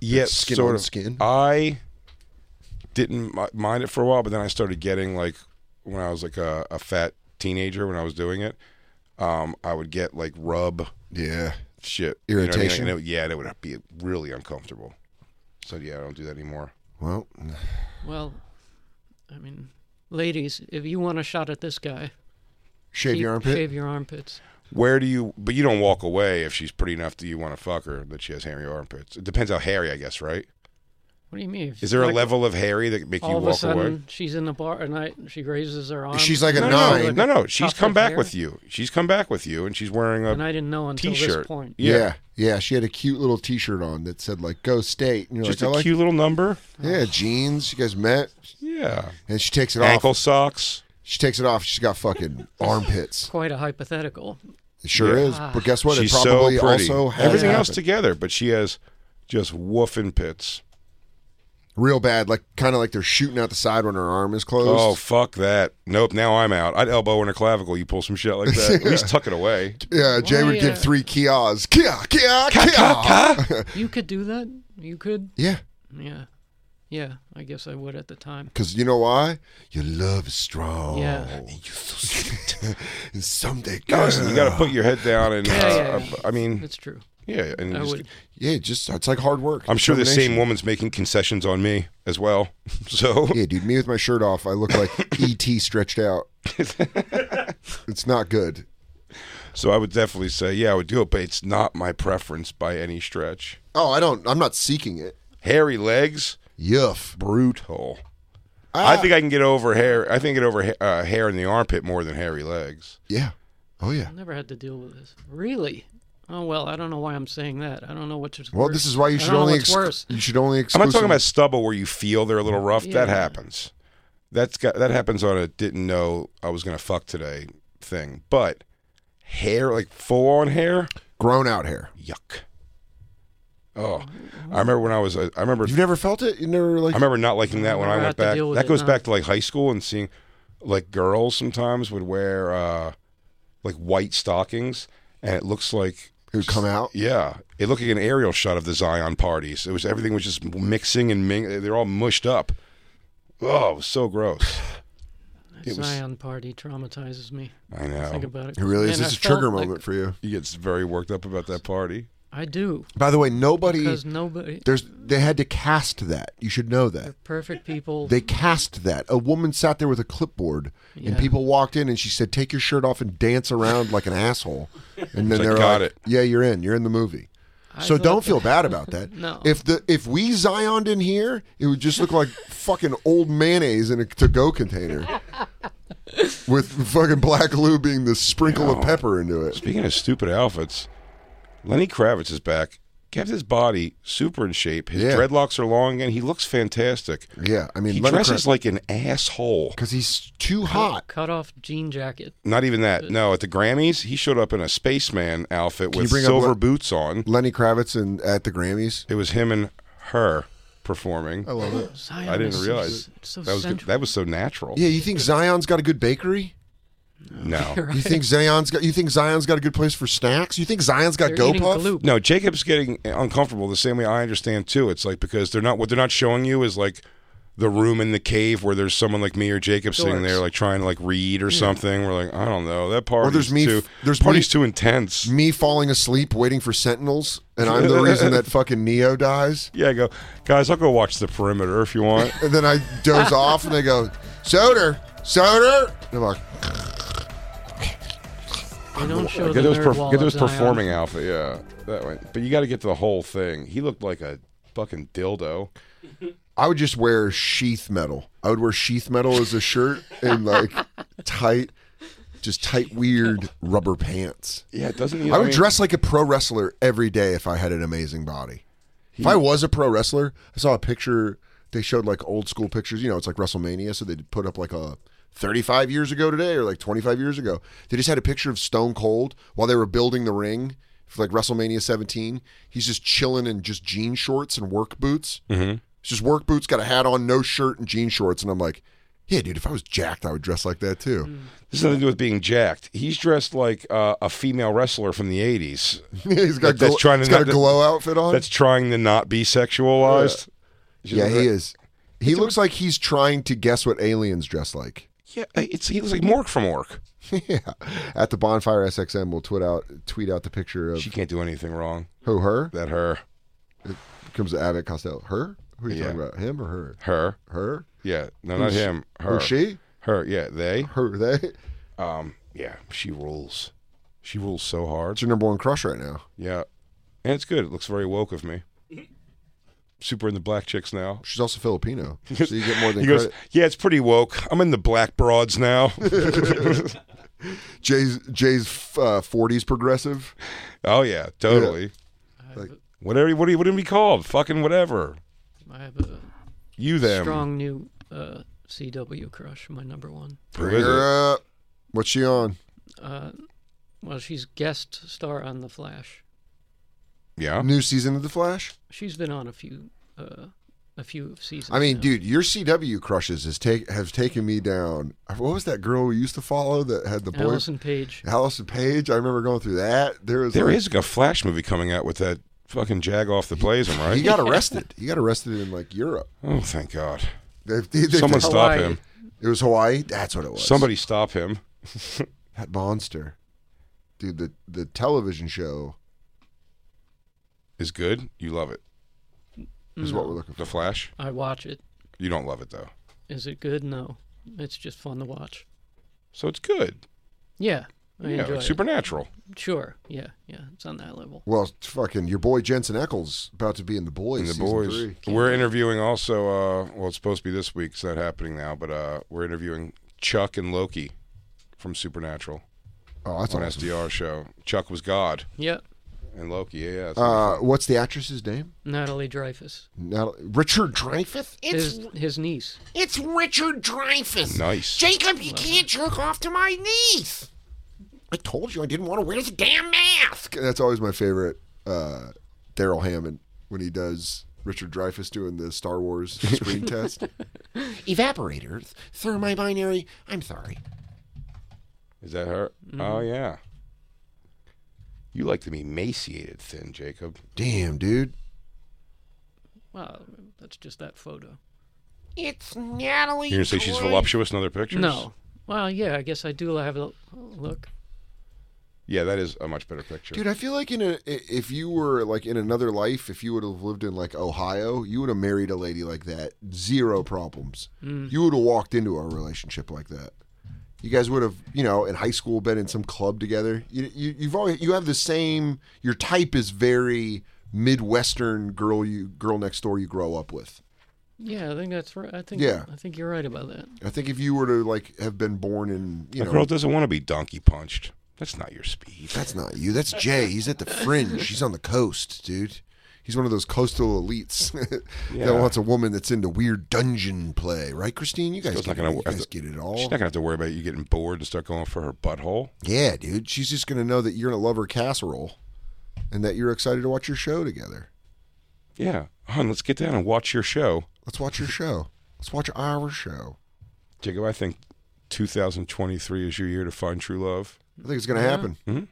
[SPEAKER 3] Yeah,
[SPEAKER 2] It's skin
[SPEAKER 3] sort
[SPEAKER 2] on
[SPEAKER 3] of.
[SPEAKER 2] skin.
[SPEAKER 3] I didn't mi- mind it for a while, but then I started getting like when I was like a, a fat teenager when I was doing it. Um, I would get like rub
[SPEAKER 2] yeah.
[SPEAKER 3] shit you know what I mean?
[SPEAKER 2] Irritation?
[SPEAKER 3] And it- yeah, that would be really uncomfortable. So yeah, I don't do that anymore.
[SPEAKER 2] Well,
[SPEAKER 5] Well, I mean, ladies, if you want a shot at this guy,
[SPEAKER 2] shave
[SPEAKER 5] keep-
[SPEAKER 2] your armpit.
[SPEAKER 5] Shave your armpits.
[SPEAKER 3] Where do you? But you don't walk away if she's pretty enough that you want to fuck her that she has hairy armpits. It depends how hairy, I guess, right?
[SPEAKER 5] What do you mean? If-
[SPEAKER 3] Is there a
[SPEAKER 5] like,
[SPEAKER 3] level of hairy that can make
[SPEAKER 5] All
[SPEAKER 3] you
[SPEAKER 5] of
[SPEAKER 3] walk
[SPEAKER 5] a sudden,
[SPEAKER 3] away?
[SPEAKER 5] she's in the bar at night. and She raises her arm.
[SPEAKER 2] She's like a
[SPEAKER 3] no,
[SPEAKER 2] nine.
[SPEAKER 3] no, no, no. She's
[SPEAKER 5] Tuft
[SPEAKER 3] come
[SPEAKER 5] of
[SPEAKER 3] back
[SPEAKER 5] hair.
[SPEAKER 3] with you. She's come back with you, and she's wearing
[SPEAKER 5] And
[SPEAKER 3] a
[SPEAKER 5] I didn't know until
[SPEAKER 3] T-shirt.
[SPEAKER 5] this point.
[SPEAKER 2] yeah.
[SPEAKER 3] Yeah.
[SPEAKER 2] yeah, She had a cute little T-shirt on that said like "Go State," and you're
[SPEAKER 3] just
[SPEAKER 2] like,
[SPEAKER 3] a
[SPEAKER 2] "I
[SPEAKER 3] cute little number.
[SPEAKER 2] like, yeah, jeans." You guys met,
[SPEAKER 3] Yeah,
[SPEAKER 2] and she takes it
[SPEAKER 3] ankle
[SPEAKER 2] off.
[SPEAKER 3] socks.
[SPEAKER 2] She takes it off. She's got fucking armpits.
[SPEAKER 5] Quite a hypothetical.
[SPEAKER 2] It sure
[SPEAKER 3] Yeah.
[SPEAKER 2] is. But guess what?
[SPEAKER 3] she's
[SPEAKER 2] it probably
[SPEAKER 3] so pretty.
[SPEAKER 2] also has
[SPEAKER 3] Everything else
[SPEAKER 2] happened.
[SPEAKER 3] together, but she has just woofing pits.
[SPEAKER 2] real bad, like kind of like they're shooting out the side when her arm is closed.
[SPEAKER 3] Oh fuck that! Nope. Now I'm out. I'd elbow in her clavicle. You pull some shit like that. At least tuck it away.
[SPEAKER 2] yeah, Jay would
[SPEAKER 5] Why,
[SPEAKER 2] give
[SPEAKER 5] uh,
[SPEAKER 2] three kias. Kia, kia, kia.
[SPEAKER 5] You could do that. You could.
[SPEAKER 2] yeah,
[SPEAKER 5] Yeah. Yeah. I guess I would at the time.
[SPEAKER 2] because you know why? Your love is strong.
[SPEAKER 5] Yeah.
[SPEAKER 2] And you so sweet. and someday,
[SPEAKER 3] No,
[SPEAKER 2] girl,
[SPEAKER 3] listen, you got to put your head down and.
[SPEAKER 5] Yeah, yeah,
[SPEAKER 3] uh,
[SPEAKER 5] yeah.
[SPEAKER 3] I mean,
[SPEAKER 5] That's true.
[SPEAKER 3] yeah, and
[SPEAKER 5] I
[SPEAKER 3] just-
[SPEAKER 5] would.
[SPEAKER 2] yeah, just it's like hard work.
[SPEAKER 3] I'm sure the same
[SPEAKER 2] Determination.
[SPEAKER 3] woman's making concessions on me as well. So
[SPEAKER 2] Yeah, dude, me with my shirt off, I look like ET stretched out. it's not good.
[SPEAKER 3] so I would definitely say, yeah, I would do it, but it's not my preference by any stretch.
[SPEAKER 2] Oh, I don't. I'm not seeking it.
[SPEAKER 3] Hairy legs,
[SPEAKER 2] Yuff.
[SPEAKER 3] brutal. I
[SPEAKER 2] Ah,
[SPEAKER 3] think I can get over hair. I think get over ha- uh, hair in the armpit more than hairy legs.
[SPEAKER 2] Yeah. Oh yeah.
[SPEAKER 5] I never had to deal with this. Really? Oh well, I don't know why I'm saying that. I don't know what's
[SPEAKER 2] Well,
[SPEAKER 5] worse.
[SPEAKER 2] this is why you
[SPEAKER 5] I
[SPEAKER 2] should
[SPEAKER 5] don't know
[SPEAKER 2] only
[SPEAKER 5] what's
[SPEAKER 2] exclu-
[SPEAKER 5] worse.
[SPEAKER 2] you should only.
[SPEAKER 3] I'm not talking
[SPEAKER 2] exclusively-
[SPEAKER 3] about stubble where you feel they're a little rough. That
[SPEAKER 5] Yeah.
[SPEAKER 3] happens. That's got that happens on a didn't know I was gonna fuck today thing. But hair, like full on hair,
[SPEAKER 2] grown out hair.
[SPEAKER 3] yuck. Oh, I remember when I was. a- I remember
[SPEAKER 2] You've never felt it? You never like
[SPEAKER 3] I remember not liking that when I
[SPEAKER 5] Never
[SPEAKER 3] went
[SPEAKER 5] had to
[SPEAKER 3] back.
[SPEAKER 5] deal with
[SPEAKER 3] That
[SPEAKER 5] it,
[SPEAKER 3] goes
[SPEAKER 5] no.
[SPEAKER 3] back to like high school and seeing like girls sometimes would wear uh like white stockings and it looks like
[SPEAKER 2] it would come out?
[SPEAKER 3] yeah, it looked like an aerial shot of the Zion parties. It was everything was just mixing and ming- they're all mushed up. Oh, it was so gross.
[SPEAKER 5] That Zion party traumatizes me.
[SPEAKER 3] I know.
[SPEAKER 5] Think about it.
[SPEAKER 2] It really is.
[SPEAKER 5] And I
[SPEAKER 2] It's a trigger
[SPEAKER 5] felt like-
[SPEAKER 2] moment for you.
[SPEAKER 3] He gets very worked up about that party.
[SPEAKER 5] I do
[SPEAKER 2] By the way, nobody.
[SPEAKER 5] because nobody.
[SPEAKER 2] There's they had to cast that. You should know that.
[SPEAKER 5] They're perfect people.
[SPEAKER 2] They cast that. A woman sat there with a clipboard, and
[SPEAKER 5] Yeah.
[SPEAKER 2] people walked in, and she said, "Take your shirt off and dance around like an asshole." And then
[SPEAKER 3] like,
[SPEAKER 2] they're
[SPEAKER 3] "Got
[SPEAKER 2] like,
[SPEAKER 3] it."
[SPEAKER 2] "Yeah, you're in. You're in the movie."
[SPEAKER 5] I
[SPEAKER 2] So
[SPEAKER 5] thought
[SPEAKER 2] don't feel
[SPEAKER 5] that-
[SPEAKER 2] bad about that.
[SPEAKER 5] No.
[SPEAKER 2] If the if we Zioned in here, it would just look like fucking old mayonnaise in a to-go container, with fucking black glue being the sprinkle of pepper into it.
[SPEAKER 3] Speaking of stupid outfits, Lenny Kravitz is back. Kept his body super in shape. His
[SPEAKER 2] Yeah.
[SPEAKER 3] dreadlocks are long again. He looks fantastic.
[SPEAKER 2] Yeah, I mean,
[SPEAKER 3] he dresses like an asshole.
[SPEAKER 2] because he's too
[SPEAKER 5] cut-
[SPEAKER 2] hot.
[SPEAKER 5] Cut off jean jacket.
[SPEAKER 3] Not even that. No, at the Grammys, he showed up in a spaceman outfit
[SPEAKER 2] Can you
[SPEAKER 3] with
[SPEAKER 2] bring up
[SPEAKER 3] silver
[SPEAKER 2] Le-
[SPEAKER 3] boots on.
[SPEAKER 2] Lenny Kravitz and at the Grammys.
[SPEAKER 3] It was him and her performing.
[SPEAKER 2] I love it.
[SPEAKER 5] Zion
[SPEAKER 3] I
[SPEAKER 5] is
[SPEAKER 3] didn't
[SPEAKER 5] so-
[SPEAKER 3] realize
[SPEAKER 5] it's so
[SPEAKER 3] that was good.
[SPEAKER 5] central.
[SPEAKER 3] that was so natural.
[SPEAKER 2] Yeah, you think Zion's got a good bakery?
[SPEAKER 3] No,
[SPEAKER 2] You think Zion's got? You think Zion's got a good place for snacks? You think Zion's got
[SPEAKER 5] They're
[SPEAKER 2] go
[SPEAKER 5] eating
[SPEAKER 2] puff?
[SPEAKER 5] gloop.
[SPEAKER 3] no. Jacob's getting uncomfortable the same way I understand too. It's like because they're not what they're not showing you is like the room in the cave where there's someone like me or Jacob sitting there like trying to like read or something. We're like I don't know that party's
[SPEAKER 2] there's me-
[SPEAKER 3] too
[SPEAKER 2] there's me-
[SPEAKER 3] party's too intense.
[SPEAKER 2] Me falling asleep waiting for Sentinels, and I'm the reason that fucking Neo dies.
[SPEAKER 3] Yeah, I go guys. I'll go watch the perimeter if you want.
[SPEAKER 2] And then I doze off, and they go, "Soder, Soder," and I'm like,
[SPEAKER 5] They don't show the
[SPEAKER 3] Get those,
[SPEAKER 5] nerd
[SPEAKER 3] perf-
[SPEAKER 5] wall
[SPEAKER 3] get those
[SPEAKER 5] of Zion.
[SPEAKER 3] performing outfit, yeah, that way. But you got to get to the whole thing. He looked like a fucking dildo.
[SPEAKER 2] I would just wear sheath metal. I would wear sheath metal as a shirt and like tight, just tight, weird rubber pants.
[SPEAKER 3] Yeah, doesn't he?
[SPEAKER 2] I would
[SPEAKER 3] mean,
[SPEAKER 2] dress like a pro wrestler every day if I had an amazing body. If I was a pro wrestler, I saw a picture. They showed like old school pictures. You know, it's like WrestleMania, so they put up like a 35 years ago today or like 25 years ago. They just had a picture of Stone Cold while they were building the ring for like WrestleMania 17. He's just chilling in just jean shorts and work boots. Mm-hmm. It's just work boots, got a hat on, no shirt, and jean shorts. And I'm like, yeah, dude, if I was jacked, I would dress like that too.
[SPEAKER 3] This has nothing to do with being jacked. He's dressed like uh, a female wrestler from the '80s.
[SPEAKER 2] he's got,
[SPEAKER 3] That- that's
[SPEAKER 2] glo-
[SPEAKER 3] trying to
[SPEAKER 2] he's got a
[SPEAKER 3] not-
[SPEAKER 2] glow outfit on.
[SPEAKER 3] That's trying to not be sexualized.
[SPEAKER 2] Yeah, he is. He looks like he's trying to guess what aliens dress like.
[SPEAKER 3] Yeah, it's he looks like Mork from Ork.
[SPEAKER 2] yeah. At the bonfire SXM, we'll tweet out tweet out the picture of
[SPEAKER 3] She can't do anything wrong.
[SPEAKER 2] who her
[SPEAKER 3] That her,
[SPEAKER 2] comes to Abbott Costello. Her? Who are you
[SPEAKER 3] Yeah.
[SPEAKER 2] talking about? Him or her?
[SPEAKER 3] her,
[SPEAKER 2] Her?
[SPEAKER 3] yeah, no,
[SPEAKER 2] Who's-
[SPEAKER 3] not him. Her,
[SPEAKER 2] Or she?
[SPEAKER 3] her, yeah, they,
[SPEAKER 2] Her? They?
[SPEAKER 3] um, yeah, she rules. She rules so hard.
[SPEAKER 2] That's your number one crush right now.
[SPEAKER 3] Yeah, and it's good. It looks very woke of me. Super into black chicks now.
[SPEAKER 2] She's also Filipino, so you get more than
[SPEAKER 3] He goes,
[SPEAKER 2] credit.
[SPEAKER 3] yeah, it's pretty woke. I'm in the black broads now.
[SPEAKER 2] Jay's Jay's uh, 40s progressive.
[SPEAKER 3] oh yeah, totally. Whatever. What do you? What do you be called? Fucking whatever.
[SPEAKER 5] I have a
[SPEAKER 3] You them.
[SPEAKER 5] strong new uh, CW crush, my number one.
[SPEAKER 3] Who
[SPEAKER 2] Bring
[SPEAKER 3] is it?
[SPEAKER 2] her up. What's she on?
[SPEAKER 5] Uh, well, she's guest star on The Flash.
[SPEAKER 3] Yeah.
[SPEAKER 2] New season of The Flash.
[SPEAKER 5] She's been on a few, uh, a few seasons.
[SPEAKER 2] I mean,
[SPEAKER 5] now.
[SPEAKER 2] dude, your CW crushes has take have taken me down. What was that girl we used to follow that had the boy?
[SPEAKER 5] Allison Page.
[SPEAKER 2] Allison Page. I remember going through that. There was
[SPEAKER 3] There
[SPEAKER 2] like-
[SPEAKER 3] is like a Flash movie coming out with that fucking jag off that plays him, right?
[SPEAKER 2] He got arrested. He got arrested in like Europe.
[SPEAKER 3] oh, thank God.
[SPEAKER 2] They, they, they-
[SPEAKER 3] Someone stop
[SPEAKER 5] Hawaii.
[SPEAKER 3] him.
[SPEAKER 2] It was Hawaii. That's what it was.
[SPEAKER 3] Somebody stop him.
[SPEAKER 2] that monster, dude. The the television show
[SPEAKER 3] Is good. You love it.
[SPEAKER 2] is
[SPEAKER 5] Mm.
[SPEAKER 2] what we're looking for.
[SPEAKER 3] The Flash.
[SPEAKER 5] I watch it.
[SPEAKER 3] You don't love it though.
[SPEAKER 5] Is it good? No, it's just fun to watch.
[SPEAKER 3] So it's good.
[SPEAKER 5] Yeah, I
[SPEAKER 3] yeah,
[SPEAKER 5] enjoy
[SPEAKER 3] it's
[SPEAKER 5] it.
[SPEAKER 3] supernatural.
[SPEAKER 5] Sure. Yeah, yeah, it's on that level.
[SPEAKER 2] Well, fucking your boy Jensen Ackles about to be in the boys.
[SPEAKER 3] And the
[SPEAKER 2] season
[SPEAKER 3] boys.
[SPEAKER 2] three.
[SPEAKER 3] We're interviewing also. Uh, well, it's supposed to be this week. It's not happening now, but uh, we're interviewing Chuck and Loki from Supernatural
[SPEAKER 2] Oh, that's
[SPEAKER 3] on
[SPEAKER 2] awesome.
[SPEAKER 3] SDR show. Chuck was God
[SPEAKER 5] Yeah,
[SPEAKER 3] and Loki. Yeah, yeah. it's
[SPEAKER 2] Uh, what's the actress's name?
[SPEAKER 5] Natalie Dreyfus.
[SPEAKER 2] Not Richard Dreyfuss.
[SPEAKER 5] His his niece.
[SPEAKER 11] It's Richard Dreyfus.
[SPEAKER 3] nice.
[SPEAKER 11] Jacob, you can't jerk off to my niece.
[SPEAKER 2] I told you I didn't want
[SPEAKER 11] Want to wear the damn mask?
[SPEAKER 2] to. That's always my favorite. Uh, Daryl Hammond when he does Richard Dreyfuss doing the Star Wars screen test.
[SPEAKER 11] Evaporator, thermibinary. I'm sorry.
[SPEAKER 3] Is that her? Oh
[SPEAKER 2] Mm-hmm.
[SPEAKER 3] yeah. You like to be emaciated thin, Jacob.
[SPEAKER 2] Damn, dude.
[SPEAKER 5] Well, that's just that photo.
[SPEAKER 11] It's Natalie.
[SPEAKER 3] You're gonna say she's
[SPEAKER 11] Drey-
[SPEAKER 3] voluptuous in other pictures?
[SPEAKER 5] No. Well, yeah, I guess I do have a look.
[SPEAKER 3] Yeah, that is a much better picture.
[SPEAKER 2] Dude, I feel like in a i- if you were like in another life, if you would have lived in like Ohio, you would have married a lady like that, zero problems. You would have walked into a relationship like that. You guys would have, you know, in high school been in some club together. You, you you've always you have the same. Your type is very midwestern girl. You girl next door you grow up with.
[SPEAKER 5] Yeah, I think that's right. I think
[SPEAKER 2] Yeah.
[SPEAKER 5] I think you're right about that.
[SPEAKER 2] I think if you were to like have been born in, you
[SPEAKER 3] a
[SPEAKER 2] know,
[SPEAKER 3] girl doesn't want to be donkey punched. That's not your speed.
[SPEAKER 2] That's not you. That's Jay. He's at the fringe. He's on the coast, dude. He's one of those coastal elites
[SPEAKER 3] Yeah.
[SPEAKER 2] that wants a woman that's into weird dungeon play, right, Christine? You guys,
[SPEAKER 3] Girl's
[SPEAKER 2] get,
[SPEAKER 3] not gonna
[SPEAKER 2] it. You
[SPEAKER 3] have
[SPEAKER 2] guys
[SPEAKER 3] to-
[SPEAKER 2] get it all.
[SPEAKER 3] She's not gonna have to worry about you getting bored and start going for her butthole.
[SPEAKER 2] yeah, dude. She's just gonna know that you're gonna love her casserole, and that you're excited to watch your show together.
[SPEAKER 3] Yeah, hon, let's get down and watch your show,
[SPEAKER 2] Let's watch your show. Let's watch our show.
[SPEAKER 3] Jacob. I think 2023 is your year to find true love.
[SPEAKER 2] I think it's gonna happen.
[SPEAKER 3] Mhm.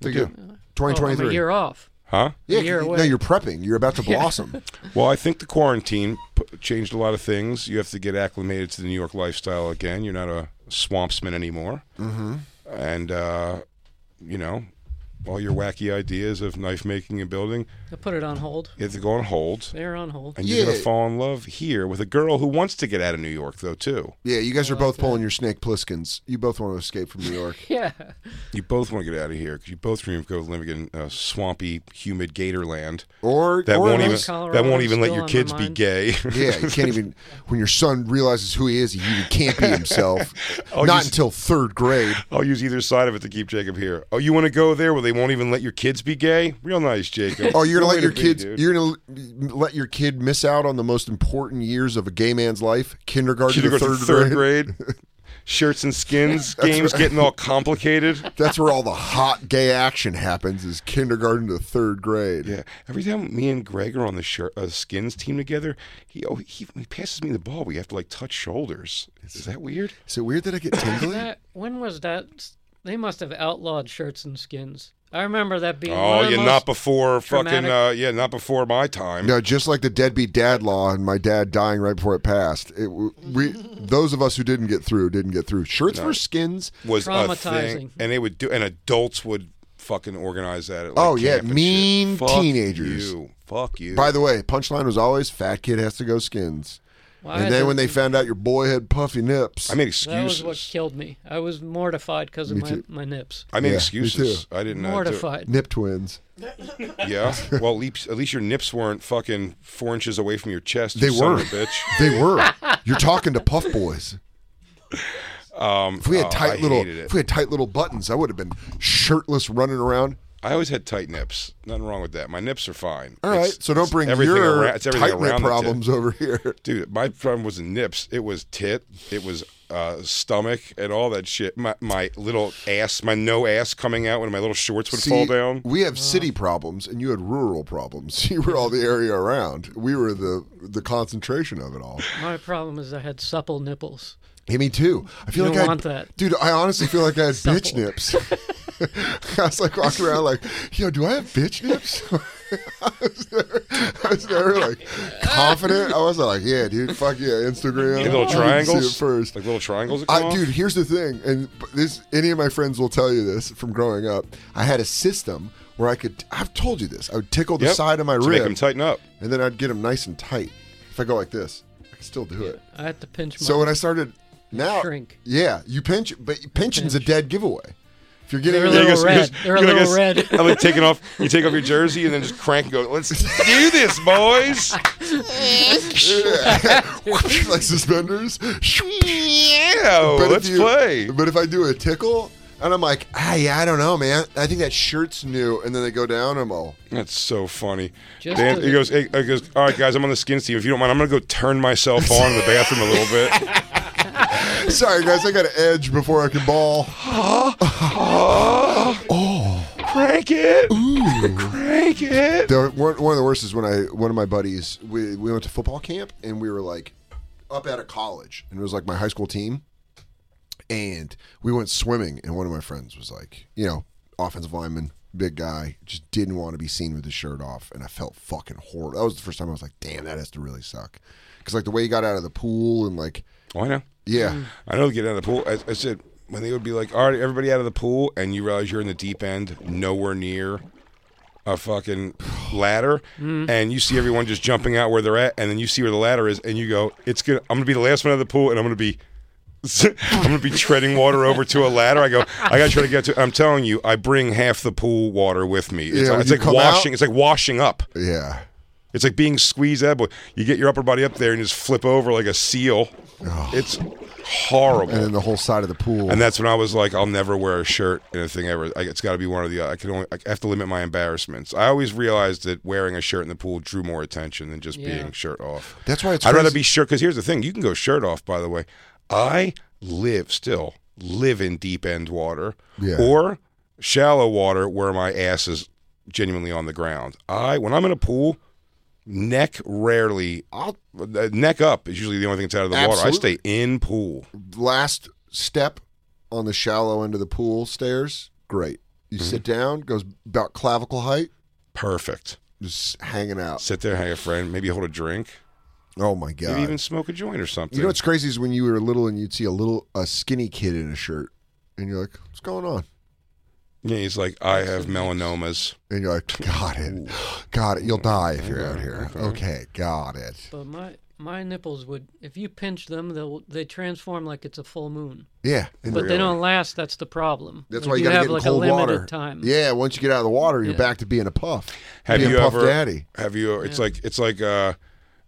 [SPEAKER 2] Think it-
[SPEAKER 3] I
[SPEAKER 5] Oh, I'm a
[SPEAKER 2] 2023.
[SPEAKER 5] year off.
[SPEAKER 3] Huh?
[SPEAKER 2] yeah,
[SPEAKER 5] a year
[SPEAKER 2] you- no,
[SPEAKER 5] away.
[SPEAKER 2] you're prepping. You're about to blossom.
[SPEAKER 3] Well, I think the quarantine p- changed a lot of things. You have to get acclimated to the New York lifestyle again. You're not a swampsman anymore. Mm-hmm. And, uh, you know, all your wacky ideas of knife making and building.
[SPEAKER 5] I put it on hold.
[SPEAKER 3] You have to go on hold.
[SPEAKER 5] They're on hold.
[SPEAKER 3] And you're going
[SPEAKER 2] Yeah.
[SPEAKER 3] to fall in love here with a girl who wants to get out of New York, though, too.
[SPEAKER 2] Yeah, you guys are both pulling your snake pliskins. You both want to escape from New York.
[SPEAKER 5] Yeah.
[SPEAKER 3] You both want to get out of here because you both dream of go living in uh, swampy, humid gator land
[SPEAKER 2] Or
[SPEAKER 3] that
[SPEAKER 2] or
[SPEAKER 3] won't
[SPEAKER 2] an
[SPEAKER 3] even
[SPEAKER 2] us-
[SPEAKER 3] that won't
[SPEAKER 5] Colorado's
[SPEAKER 3] even let
[SPEAKER 5] still
[SPEAKER 3] your
[SPEAKER 5] on my
[SPEAKER 3] kids be
[SPEAKER 5] mind.
[SPEAKER 3] gay.
[SPEAKER 2] Yeah, you can't even. When your son realizes who he is, he even can't be himself.
[SPEAKER 3] Oh, you
[SPEAKER 2] Not
[SPEAKER 3] s-
[SPEAKER 2] until third grade.
[SPEAKER 3] I'll use either side of it to keep Jacob here. Oh, you want to go there where they won't even let your kids be gay? Real nice, Jacob.
[SPEAKER 2] Oh, you're gonna let
[SPEAKER 3] Way to
[SPEAKER 2] your
[SPEAKER 3] be,
[SPEAKER 2] kids.
[SPEAKER 3] dude.
[SPEAKER 2] You're gonna l- let your kid miss out on the most important years of a gay man's life: kindergarten,
[SPEAKER 3] Kindergarten
[SPEAKER 2] to
[SPEAKER 3] to
[SPEAKER 2] third,
[SPEAKER 3] third
[SPEAKER 2] grade.
[SPEAKER 3] grade. Shirts and skins games getting all complicated.
[SPEAKER 2] That's where all the hot gay action happens: is kindergarten to third grade.
[SPEAKER 3] Yeah. Every time me and Greg are on the shir uh, skins team together, he, oh, he he passes me the ball. We have to like touch shoulders. Is that weird?
[SPEAKER 2] Is it weird that I get tingly?
[SPEAKER 5] That, when was that? They must have outlawed shirts and skins. I remember that being. one
[SPEAKER 3] Oh,
[SPEAKER 5] of the
[SPEAKER 3] yeah,
[SPEAKER 5] most
[SPEAKER 3] not before fucking
[SPEAKER 5] traumatic-
[SPEAKER 3] uh, yeah, not before my time.
[SPEAKER 2] no, just like the deadbeat dad law and my dad dying right before it passed. It, w- we, those of us who didn't get through didn't get through. Shirts for skins.
[SPEAKER 3] was a thing,
[SPEAKER 5] Traumatizing.
[SPEAKER 3] and they would do, and adults would fucking organize that. At, like,
[SPEAKER 2] Oh, yeah,
[SPEAKER 3] camp and shit.
[SPEAKER 2] mean
[SPEAKER 3] Fuck
[SPEAKER 2] teenagers.
[SPEAKER 3] You. Fuck you.
[SPEAKER 2] By the way, punchline was always "fat kid has to go skins."
[SPEAKER 5] Well, I
[SPEAKER 2] and
[SPEAKER 5] had
[SPEAKER 2] then
[SPEAKER 5] to-
[SPEAKER 2] when they found out your boy had puffy nips,
[SPEAKER 3] I made
[SPEAKER 5] That
[SPEAKER 3] excuses.
[SPEAKER 5] was what killed me. I was mortified because of
[SPEAKER 2] Me
[SPEAKER 5] my,
[SPEAKER 2] too.
[SPEAKER 5] my nips.
[SPEAKER 3] I made
[SPEAKER 2] Yeah, me
[SPEAKER 3] excuses. I didn't know.
[SPEAKER 5] Mortified.
[SPEAKER 2] nip twins.
[SPEAKER 3] Yeah. Well, at least, at least your nips weren't fucking four inches away from your chest.
[SPEAKER 2] They
[SPEAKER 3] you son of a
[SPEAKER 2] weren't.
[SPEAKER 3] bitch.
[SPEAKER 2] They were. You're talking to puff boys.
[SPEAKER 3] Um,
[SPEAKER 2] If we had
[SPEAKER 3] oh, I
[SPEAKER 2] tight little,
[SPEAKER 3] hated it.
[SPEAKER 2] if we had tight little buttons, I would have been shirtless running around.
[SPEAKER 3] I always had tight nips. Nothing wrong with that. My nips are fine.
[SPEAKER 2] All right,
[SPEAKER 3] It's-
[SPEAKER 2] so don't
[SPEAKER 3] it's
[SPEAKER 2] bring
[SPEAKER 3] everything
[SPEAKER 2] your
[SPEAKER 3] around, it's everything
[SPEAKER 2] tight
[SPEAKER 3] around
[SPEAKER 2] knit
[SPEAKER 3] the tit.
[SPEAKER 2] problems over here.
[SPEAKER 3] Dude, my problem wasn't nips. It was tit. It was uh, stomach and all that shit. My my little ass, my no ass coming out when my little shorts would
[SPEAKER 2] See,
[SPEAKER 3] fall down.
[SPEAKER 2] We have city problems, and you had rural problems. You were all the area around. We were the the concentration of it all.
[SPEAKER 5] My problem is I had supple nipples.
[SPEAKER 2] Yeah, me too. I feel
[SPEAKER 5] You
[SPEAKER 2] like I
[SPEAKER 5] want that.
[SPEAKER 2] dude. I honestly feel like I had
[SPEAKER 5] Supple.
[SPEAKER 2] bitch nips. I was like walking around like, yo, do I have bitch nips? I, was never, I was never like confident. I wasn't like, yeah, dude, fuck yeah, Instagram.
[SPEAKER 3] Like little
[SPEAKER 2] You can see it
[SPEAKER 3] triangles
[SPEAKER 2] first.
[SPEAKER 3] Like little triangles. that come
[SPEAKER 2] I,
[SPEAKER 3] off?
[SPEAKER 2] dude, here's the thing, and this any of my friends will tell you this from growing up. I had a system where I could. I've told you this. I would tickle the
[SPEAKER 3] Yep.
[SPEAKER 2] side of my
[SPEAKER 3] to
[SPEAKER 2] rib,
[SPEAKER 3] Make them tighten up.
[SPEAKER 2] and then I'd get them nice and tight. If I go like this, I can still do it.
[SPEAKER 5] I had to pinch my.
[SPEAKER 2] So when I started now,
[SPEAKER 5] Shrink.
[SPEAKER 2] Yeah, you pinch, but pinching's a
[SPEAKER 5] Pinch.
[SPEAKER 2] dead giveaway. If you're getting
[SPEAKER 5] They're a
[SPEAKER 3] Yeah,
[SPEAKER 5] little
[SPEAKER 3] I guess- I
[SPEAKER 5] red.
[SPEAKER 3] guess-
[SPEAKER 5] They're a
[SPEAKER 3] I
[SPEAKER 5] little
[SPEAKER 3] guess-
[SPEAKER 5] red.
[SPEAKER 3] I like taking off. You take off your jersey and then just crank and go. Let's do this, boys.
[SPEAKER 2] like suspenders,
[SPEAKER 3] Yeah,
[SPEAKER 2] But if
[SPEAKER 3] Oh, let's
[SPEAKER 2] you-
[SPEAKER 3] play.
[SPEAKER 2] But if I do a tickle. And I'm like, ah, yeah, I don't know, man. I think that shirt's new. And then they go down. I'm all,
[SPEAKER 3] That's so funny.
[SPEAKER 5] Just
[SPEAKER 3] Dan,
[SPEAKER 5] to-
[SPEAKER 3] he goes. Hey, he goes. All right, guys, I'm on the skins team. If you don't mind, I'm gonna go turn myself on in the bathroom a little bit.
[SPEAKER 2] sorry guys, I got to edge before I can ball.
[SPEAKER 3] Oh. Crank it. Crank it.
[SPEAKER 2] The, one, one of the worst is when I one of my buddies we, we went to football camp and we were like up out of college and it was like my high school team and we went swimming and one of my friends was like you know offensive lineman big guy just didn't want to be seen with his shirt off and I felt fucking horrible that was the first time I was like damn that has to really suck because like the way he got out of the pool and like
[SPEAKER 3] Oh, I know.
[SPEAKER 2] yeah
[SPEAKER 3] I know. Get out of the pool. I, I said when they would be like, all right, everybody out of the pool, and you realize you're in the deep end, nowhere near a fucking ladder, and you see everyone just jumping out where they're at, and then you see where the ladder is, and you go, it's gonna. I'm gonna be the last one out of the pool, and I'm gonna be. I'm gonna be treading water over to a ladder. I go. I gotta try to get to. I'm telling you, I bring half the pool water with me. It's,
[SPEAKER 2] Yeah, when
[SPEAKER 3] it's
[SPEAKER 2] you
[SPEAKER 3] like
[SPEAKER 2] come out-
[SPEAKER 3] washing. It's like washing up.
[SPEAKER 2] yeah
[SPEAKER 3] It's like being squeezed elbow. You get your upper body up there and just flip over like a seal.
[SPEAKER 2] Oh.
[SPEAKER 3] It's horrible.
[SPEAKER 2] and then the whole side of the pool
[SPEAKER 3] And that's when I was like, I'll never wear a shirt in a thing ever. I, it's got to be one or the other. I can only I have to limit my embarrassments. I always realized that wearing a shirt in the pool drew more attention than just
[SPEAKER 5] Yeah.
[SPEAKER 3] being shirt off.
[SPEAKER 2] that's why it's
[SPEAKER 3] I'd rather
[SPEAKER 2] crazy.
[SPEAKER 3] be shirt because here's the thing: you can go shirt off. By the way, I live still live in deep end water
[SPEAKER 2] Yeah.
[SPEAKER 3] or shallow water where my ass is genuinely on the ground. I when I'm in a pool, neck rarely. I'll, uh, neck up is usually the only thing that's out of the water. I
[SPEAKER 2] Absolutely.
[SPEAKER 3] stay in pool.
[SPEAKER 2] last step on the shallow end of the pool stairs, great.
[SPEAKER 3] Mm-hmm.
[SPEAKER 2] You sit down, goes about clavicle height,
[SPEAKER 3] Perfect.
[SPEAKER 2] just hanging out.
[SPEAKER 3] Sit there, hang a friend, maybe hold a drink,
[SPEAKER 2] Oh my god!
[SPEAKER 3] maybe even smoke a joint or something.
[SPEAKER 2] you know what's crazy is when you were little and you'd see a little a skinny kid in a shirt, and you're like, "What's going on?"
[SPEAKER 3] Yeah, he's like, I have melanomas.
[SPEAKER 2] And you're like, got it. Got it. You'll die if you're out here. Okay, got it.
[SPEAKER 5] But my my nipples would, if you pinch them, they they transform like it's a full moon.
[SPEAKER 2] Yeah.
[SPEAKER 5] But
[SPEAKER 2] and-
[SPEAKER 5] they don't last. That's the problem.
[SPEAKER 2] That's
[SPEAKER 5] Like,
[SPEAKER 2] why you, got to
[SPEAKER 5] have
[SPEAKER 2] get in
[SPEAKER 5] like
[SPEAKER 2] cold
[SPEAKER 5] a limited
[SPEAKER 2] water.
[SPEAKER 5] Time.
[SPEAKER 2] Yeah, once you get out of the water, you're
[SPEAKER 5] Yeah.
[SPEAKER 2] back to being a puff.
[SPEAKER 3] Have
[SPEAKER 2] being
[SPEAKER 3] you
[SPEAKER 2] puff
[SPEAKER 3] ever?
[SPEAKER 2] daddy?
[SPEAKER 3] Have you? It's like it's like uh,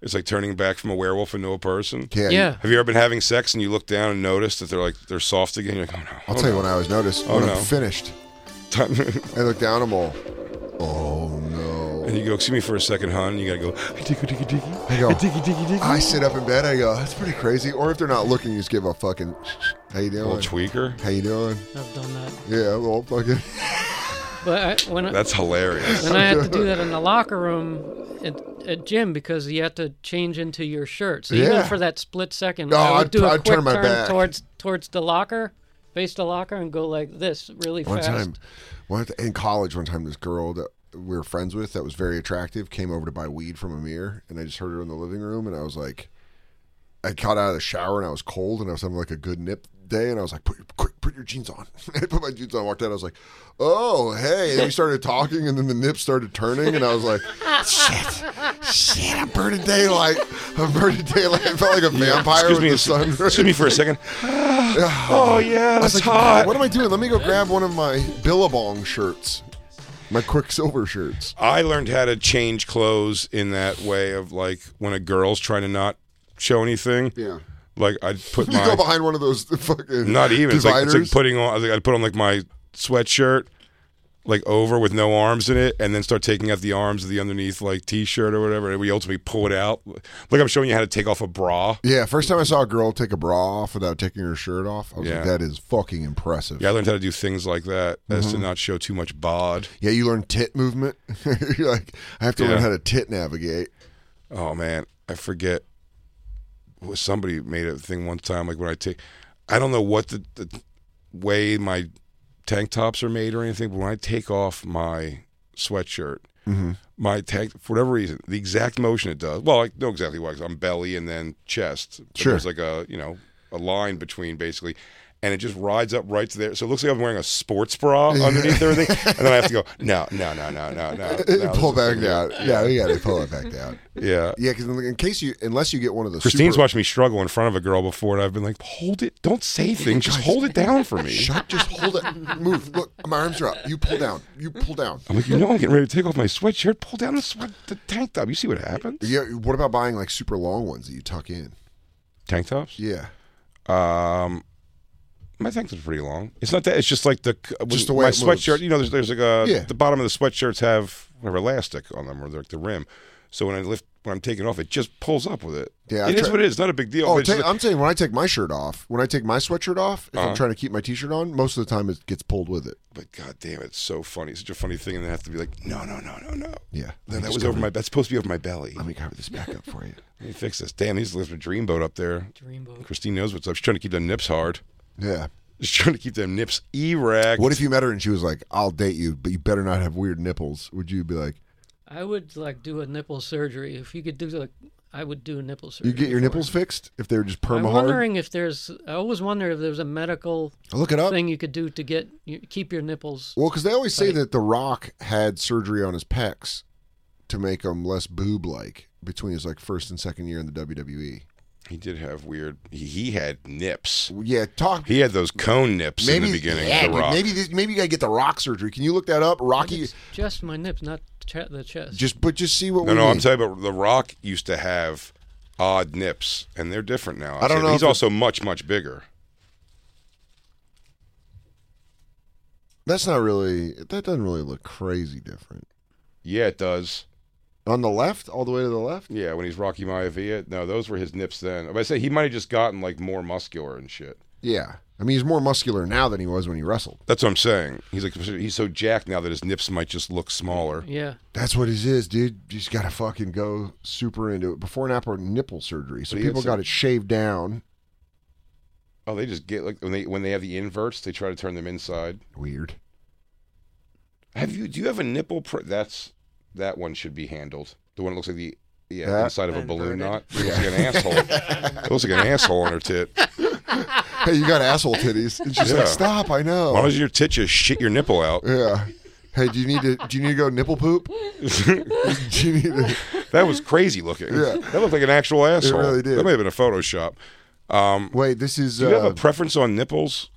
[SPEAKER 3] it's like turning back from a werewolf into a person.
[SPEAKER 2] Can't.
[SPEAKER 5] Yeah.
[SPEAKER 3] Have you ever been having sex and you look down and notice that they're like they're soft again? You're like, oh no.
[SPEAKER 2] I'll tell you when I was noticed.
[SPEAKER 3] Oh,
[SPEAKER 2] when
[SPEAKER 3] no.
[SPEAKER 2] I'm finished,
[SPEAKER 3] Time-
[SPEAKER 2] I look down I'm all, oh no.
[SPEAKER 3] and you go, excuse me for a second, hon. And you gotta go. Diggy, diggy, diggy.
[SPEAKER 2] I go, I sit up in bed. I go, that's pretty crazy. Or if they're not looking, you just give a fucking, how you
[SPEAKER 3] Little
[SPEAKER 2] doing?
[SPEAKER 3] tweaker.
[SPEAKER 2] How you doing?
[SPEAKER 5] I've done that.
[SPEAKER 2] Yeah, well, fucking.
[SPEAKER 5] But I, when I,
[SPEAKER 3] That's hilarious.
[SPEAKER 5] when I had to do that in the locker room at, at gym because you had to change into your shirt. So
[SPEAKER 2] Yeah.
[SPEAKER 5] even for that split second,
[SPEAKER 2] No,
[SPEAKER 5] I would
[SPEAKER 2] I'd-
[SPEAKER 5] do a
[SPEAKER 2] I'd
[SPEAKER 5] quick
[SPEAKER 2] turn my back.
[SPEAKER 5] towards towards the locker, face the locker, and go like this really
[SPEAKER 2] One
[SPEAKER 5] fast.
[SPEAKER 2] time, one th- in college, one time this girl that we were friends with that was very attractive came over to buy weed from Amir, and I just heard her in the living room, and I was like, I got out of the shower and I was cold, and I was having like a good nip day, and I was like, put your, quick, put your jeans on. I put my jeans on, walked out, I was like, oh hey, and we started talking, and then the nip started turning, and I was like, shit, shit, I'm burning daylight, I'm burning daylight. I felt like a vampire
[SPEAKER 3] Excuse
[SPEAKER 2] with
[SPEAKER 3] me.
[SPEAKER 2] the sun.
[SPEAKER 3] Excuse me for a second. oh yeah,
[SPEAKER 2] I was
[SPEAKER 3] that's
[SPEAKER 2] like,
[SPEAKER 3] hot.
[SPEAKER 2] What am I doing? Let me go grab one of my Billabong shirts, my Quicksilver shirts.
[SPEAKER 3] I learned how to change clothes in that way of like when a girl's trying to not show anything.
[SPEAKER 2] Yeah.
[SPEAKER 3] Like I'd put
[SPEAKER 2] You
[SPEAKER 3] my
[SPEAKER 2] go behind one of those fucking
[SPEAKER 3] not even it's like,
[SPEAKER 2] dividers.
[SPEAKER 3] it's like putting on I think I'd put on like my sweatshirt like over with no arms in it and then start taking out the arms of the underneath like t-shirt or whatever and we ultimately pull it out like i'm showing you how to take off a bra
[SPEAKER 2] yeah, first time I saw a girl take a bra off without taking her shirt off, I was
[SPEAKER 3] Yeah.
[SPEAKER 2] like, that is fucking impressive.
[SPEAKER 3] yeah i learned how to do things like that as to
[SPEAKER 2] Mm-hmm.
[SPEAKER 3] not show too much bod
[SPEAKER 2] Yeah, you learn tit movement. You're like, I have to
[SPEAKER 3] Yeah.
[SPEAKER 2] learn how to tit navigate.
[SPEAKER 3] oh man i forget Well, somebody made a thing one time like when i take i don't know what the, the way my tank tops are made or anything but when i take off my sweatshirt
[SPEAKER 2] Mm-hmm.
[SPEAKER 3] my tank for whatever reason the exact motion it does well i know exactly why 'cause i'm belly and then chest but
[SPEAKER 2] Sure.
[SPEAKER 3] there's like a you know a line between basically and it just rides up right to there so it looks like i'm wearing a sports bra underneath everything and then i have to go no no no no no no, no
[SPEAKER 2] pull
[SPEAKER 3] this
[SPEAKER 2] back
[SPEAKER 3] is-
[SPEAKER 2] down. Yeah, you got to pull it back down.
[SPEAKER 3] yeah
[SPEAKER 2] Yeah, because in, in case you, unless you get one of those.
[SPEAKER 3] Christine's
[SPEAKER 2] super,
[SPEAKER 3] watched me struggle in front of a girl before, and I've been like, "Hold it! Don't say things. Just hold it down for me."
[SPEAKER 2] Shut, just hold it. Move. Look, my arms are up. You pull down. You pull down.
[SPEAKER 3] I'm like, "You know, I'm getting ready to take off my sweatshirt. Pull down the sweat, the tank top. You see what happens?
[SPEAKER 2] Yeah. What about buying like super long ones that you tuck in?
[SPEAKER 3] Tank tops.
[SPEAKER 2] Yeah.
[SPEAKER 3] Um, my tank tops are pretty long. It's not that. It's just like the
[SPEAKER 2] Just the way
[SPEAKER 3] my
[SPEAKER 2] it moves.
[SPEAKER 3] sweatshirt. You know, there's there's like a
[SPEAKER 2] Yeah.
[SPEAKER 3] the bottom of the sweatshirts have whatever elastic on them or like the rim. So when I lift when I'm taking off, it just pulls up with it.
[SPEAKER 2] Yeah, I
[SPEAKER 3] it is
[SPEAKER 2] try-
[SPEAKER 3] what it is. Not a Uh-huh. big deal.
[SPEAKER 2] Oh,
[SPEAKER 3] but it's
[SPEAKER 2] ta-
[SPEAKER 3] just like-
[SPEAKER 2] I'm saying when I take my shirt off, when I take my sweatshirt off, if I'm trying to keep my t-shirt on, most of the time it gets pulled with it.
[SPEAKER 3] but god damn, it's so funny. It's such a funny thing, and then I have to be like, no, no, no, no, no.
[SPEAKER 2] Yeah.
[SPEAKER 3] No, that was over my. That's supposed to be over my belly.
[SPEAKER 2] Let me cover this back up for you.
[SPEAKER 3] Let me fix this. Damn, he's lifting a dreamboat up there.
[SPEAKER 5] Dreamboat.
[SPEAKER 3] Christine knows what's up. She's trying to keep them nips hard.
[SPEAKER 2] Yeah.
[SPEAKER 3] She's trying to keep them nips erect.
[SPEAKER 2] What if you met her and she was like, "I'll date you, but you better not have weird nipples"? Would you be like,
[SPEAKER 5] I would like do a nipple surgery if you could do like I would do a nipple surgery.
[SPEAKER 2] "You get your
[SPEAKER 5] for
[SPEAKER 2] nipples
[SPEAKER 5] it.
[SPEAKER 2] fixed if they're just
[SPEAKER 5] I'm
[SPEAKER 2] perma hard"?
[SPEAKER 5] wondering if there's. I always wonder if there's a medical
[SPEAKER 2] Look it up.
[SPEAKER 5] thing you could do to get you, keep your nipples.
[SPEAKER 2] Well, because they always say
[SPEAKER 5] Right.
[SPEAKER 2] that The Rock had surgery on his pecs to make them less boob-like between his like first and second year in the E. WWE.
[SPEAKER 3] he did have weird? He, he had nips.
[SPEAKER 2] Yeah, talk.
[SPEAKER 3] He had those cone nips in the beginning.
[SPEAKER 2] yeah,
[SPEAKER 3] the
[SPEAKER 2] dude,
[SPEAKER 3] rock.
[SPEAKER 2] maybe this, maybe you gotta get the Rock surgery. Can you look that up,
[SPEAKER 5] But
[SPEAKER 2] Rocky?
[SPEAKER 5] it's just my nips, not che- the chest.
[SPEAKER 2] Just but just see what
[SPEAKER 3] no,
[SPEAKER 2] we
[SPEAKER 3] no.
[SPEAKER 2] mean.
[SPEAKER 3] I'm talking about the Rock used to have odd nips, and they're different now.
[SPEAKER 2] I don't
[SPEAKER 3] I'd say.
[SPEAKER 2] know
[SPEAKER 3] He's
[SPEAKER 2] if it-
[SPEAKER 3] also much much bigger.
[SPEAKER 2] That's not really. That doesn't really look crazy different.
[SPEAKER 3] Yeah, it does.
[SPEAKER 2] On the left, all the way to the left.
[SPEAKER 3] Yeah, when he's Rocky Maivia. No, those were his nips then. But I say he might have just gotten like more muscular and shit.
[SPEAKER 2] Yeah, I mean he's more muscular now than he was when he wrestled.
[SPEAKER 3] That's what I'm saying. He's like he's so jacked now that his nips might just look smaller.
[SPEAKER 5] yeah.
[SPEAKER 2] That's what it is, dude. You just gotta fucking go super into it before and after nipple surgery. So
[SPEAKER 3] But he had
[SPEAKER 2] people
[SPEAKER 3] some-
[SPEAKER 2] got it shaved down.
[SPEAKER 3] Oh, they just get like when they when they have the inverts, they try to turn them inside.
[SPEAKER 2] Weird.
[SPEAKER 3] Have you? Do you have a nipple? Pr- that's that one should be handled. The one that looks like the yeah
[SPEAKER 2] That-
[SPEAKER 3] inside of a balloon knot. It looks like an asshole. it looks like an asshole on her tit.
[SPEAKER 2] hey, you got asshole titties. And she's
[SPEAKER 3] Yeah.
[SPEAKER 2] like, stop, I know.
[SPEAKER 3] As long as your tit just shit your nipple out.
[SPEAKER 2] yeah. Hey, do you need to do you need to go nipple poop? do you need to
[SPEAKER 3] That was crazy looking.
[SPEAKER 2] Yeah.
[SPEAKER 3] That looked like an actual asshole.
[SPEAKER 2] really did.
[SPEAKER 3] That may have been a Photoshop. Um,
[SPEAKER 2] Wait, this is
[SPEAKER 3] do you have
[SPEAKER 2] uh,
[SPEAKER 3] a preference on nipples?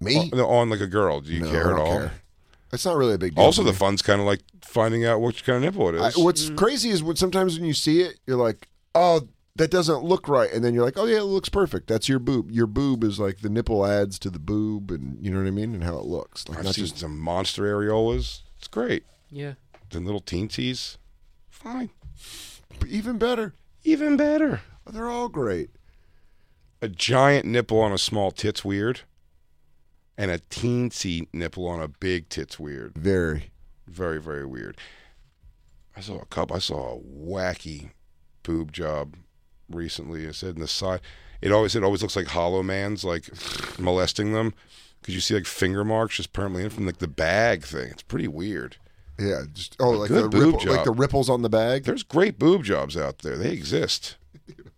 [SPEAKER 2] me?
[SPEAKER 3] On, on like a girl? Do you
[SPEAKER 2] E- No, I
[SPEAKER 3] care at
[SPEAKER 2] don't
[SPEAKER 3] all?
[SPEAKER 2] care. It's not really a big deal.
[SPEAKER 3] Also,
[SPEAKER 2] to
[SPEAKER 3] the
[SPEAKER 2] me.
[SPEAKER 3] fun's kind of like finding out which kind of nipple it
[SPEAKER 2] I,
[SPEAKER 3] is.
[SPEAKER 2] what's crazy is when sometimes when you see it, you're like, oh, that doesn't look right, and then you're like, oh yeah, it looks perfect. That's your boob. Your boob is like the nipple adds to the boob, and you know what I mean, and how it looks. Like
[SPEAKER 3] I've
[SPEAKER 2] not
[SPEAKER 3] seen
[SPEAKER 2] just
[SPEAKER 3] some monster areolas. It's great.
[SPEAKER 5] Yeah.
[SPEAKER 3] The little teensies. Fine.
[SPEAKER 2] even better. oh,
[SPEAKER 3] Even better.
[SPEAKER 2] They're all great.
[SPEAKER 3] A giant nipple on a small tit's weird. And a teensy nipple on a big tit's weird.
[SPEAKER 2] Very.
[SPEAKER 3] very very weird. I saw a cup. I saw a wacky boob job recently. It said in the side, it always it always looks like Hollow Man's like molesting them because you see like finger marks just permanently in from like the bag thing. It's pretty weird.
[SPEAKER 2] Yeah, just oh,
[SPEAKER 3] A
[SPEAKER 2] like
[SPEAKER 3] good
[SPEAKER 2] the
[SPEAKER 3] boob
[SPEAKER 2] ripple, like
[SPEAKER 3] job.
[SPEAKER 2] the ripples on the bag.
[SPEAKER 3] There's great boob jobs out there. They exist.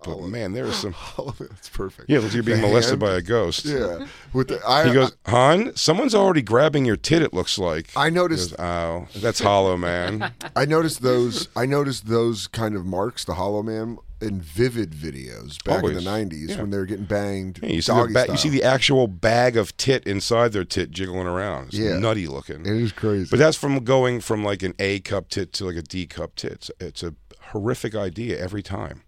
[SPEAKER 3] But man, there is some.
[SPEAKER 2] Oh, that's perfect.
[SPEAKER 3] Yeah, it looks like you're being
[SPEAKER 2] The
[SPEAKER 3] molested
[SPEAKER 2] hand.
[SPEAKER 3] by a ghost.
[SPEAKER 2] Yeah, with the, I,
[SPEAKER 3] He goes, hon, someone's already grabbing your tit. It looks like.
[SPEAKER 2] I
[SPEAKER 3] He
[SPEAKER 2] noticed.
[SPEAKER 3] goes, oh, that's hollow, man.
[SPEAKER 2] I noticed those. I noticed those kind of marks, the Hollow Man, in vivid videos back in
[SPEAKER 3] Always.
[SPEAKER 2] the '90s
[SPEAKER 3] Yeah.
[SPEAKER 2] when they were getting banged.
[SPEAKER 3] Yeah, you, see the
[SPEAKER 2] doggy
[SPEAKER 3] ba- you see
[SPEAKER 2] style.
[SPEAKER 3] the actual bag of tit inside their tit jiggling around. It's
[SPEAKER 2] Yeah.
[SPEAKER 3] nutty looking.
[SPEAKER 2] It is crazy.
[SPEAKER 3] but that's from going from like an A cup tit to like a D cup tit. It's, it's a horrific idea every time.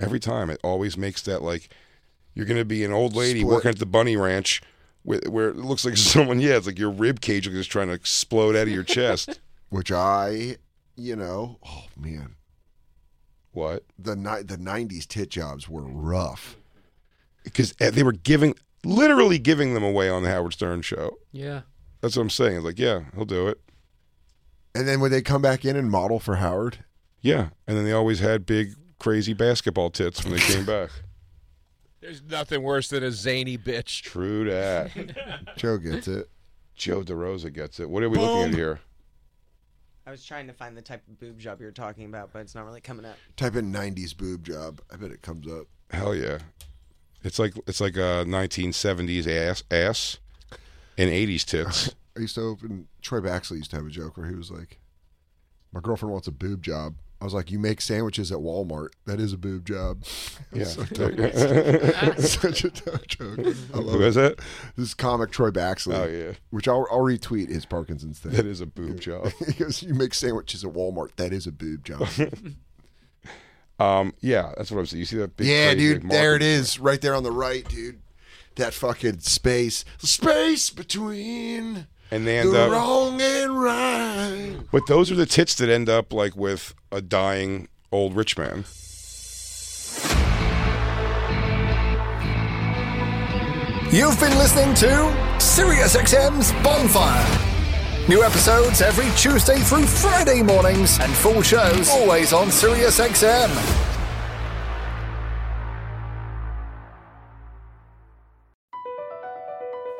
[SPEAKER 3] Every time it always makes that like you're going to be an old lady
[SPEAKER 2] Split.
[SPEAKER 3] working at the bunny ranch where, where it looks like someone, yeah, it's like your rib cage is just trying to explode out of your chest.
[SPEAKER 2] which I, you know, oh man,
[SPEAKER 3] What?
[SPEAKER 2] the ni- the '90s tit jobs were rough.
[SPEAKER 3] Because eh, they were giving, literally giving them away on the Howard Stern show.
[SPEAKER 5] Yeah.
[SPEAKER 3] That's what I'm saying. It's like, yeah, he'll do it.
[SPEAKER 2] And then when they come back in and model for Howard,
[SPEAKER 3] Yeah, and then they always had big, crazy basketball tits when they came back.
[SPEAKER 14] There's nothing worse than a zany bitch.
[SPEAKER 3] True that.
[SPEAKER 2] Joe gets it.
[SPEAKER 3] Joe DeRosa gets it. What are we looking at here?
[SPEAKER 15] I was trying to find the type of boob job you were talking about, but it's not really coming up.
[SPEAKER 2] Type in '90s boob job. I bet it comes up.
[SPEAKER 3] Hell yeah! It's like it's like a 1970s ass ass and 80s tits.
[SPEAKER 2] I used to open. Troy Baxley used to have a joke where he was like, "My girlfriend wants a boob job." I was like, "You make sandwiches at Walmart. That is a boob job." It
[SPEAKER 3] Yeah.
[SPEAKER 2] was so dumb. such a dumb joke. I love
[SPEAKER 3] Who is
[SPEAKER 2] it.
[SPEAKER 3] that?
[SPEAKER 2] This comic Troy Baxley.
[SPEAKER 3] Oh yeah,
[SPEAKER 2] Which I'll, I'll retweet his Parkinson's thing.
[SPEAKER 3] that is a boob job.
[SPEAKER 2] he goes, "You make sandwiches at Walmart. That is a boob job."
[SPEAKER 3] Um, yeah, that's what I'm saying. You see that? Big
[SPEAKER 2] yeah,
[SPEAKER 3] crazy
[SPEAKER 2] dude.
[SPEAKER 3] mark-
[SPEAKER 2] There it is, right there on the right, dude. That fucking space, space between
[SPEAKER 3] And they end
[SPEAKER 2] the
[SPEAKER 3] up.
[SPEAKER 2] wrong and right.
[SPEAKER 3] But those are the tits that end up like with a dying old rich man.
[SPEAKER 16] You've been listening to SiriusXM's Bonfire. New episodes every Tuesday through Friday mornings, and full shows always on SiriusXM.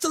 [SPEAKER 17] The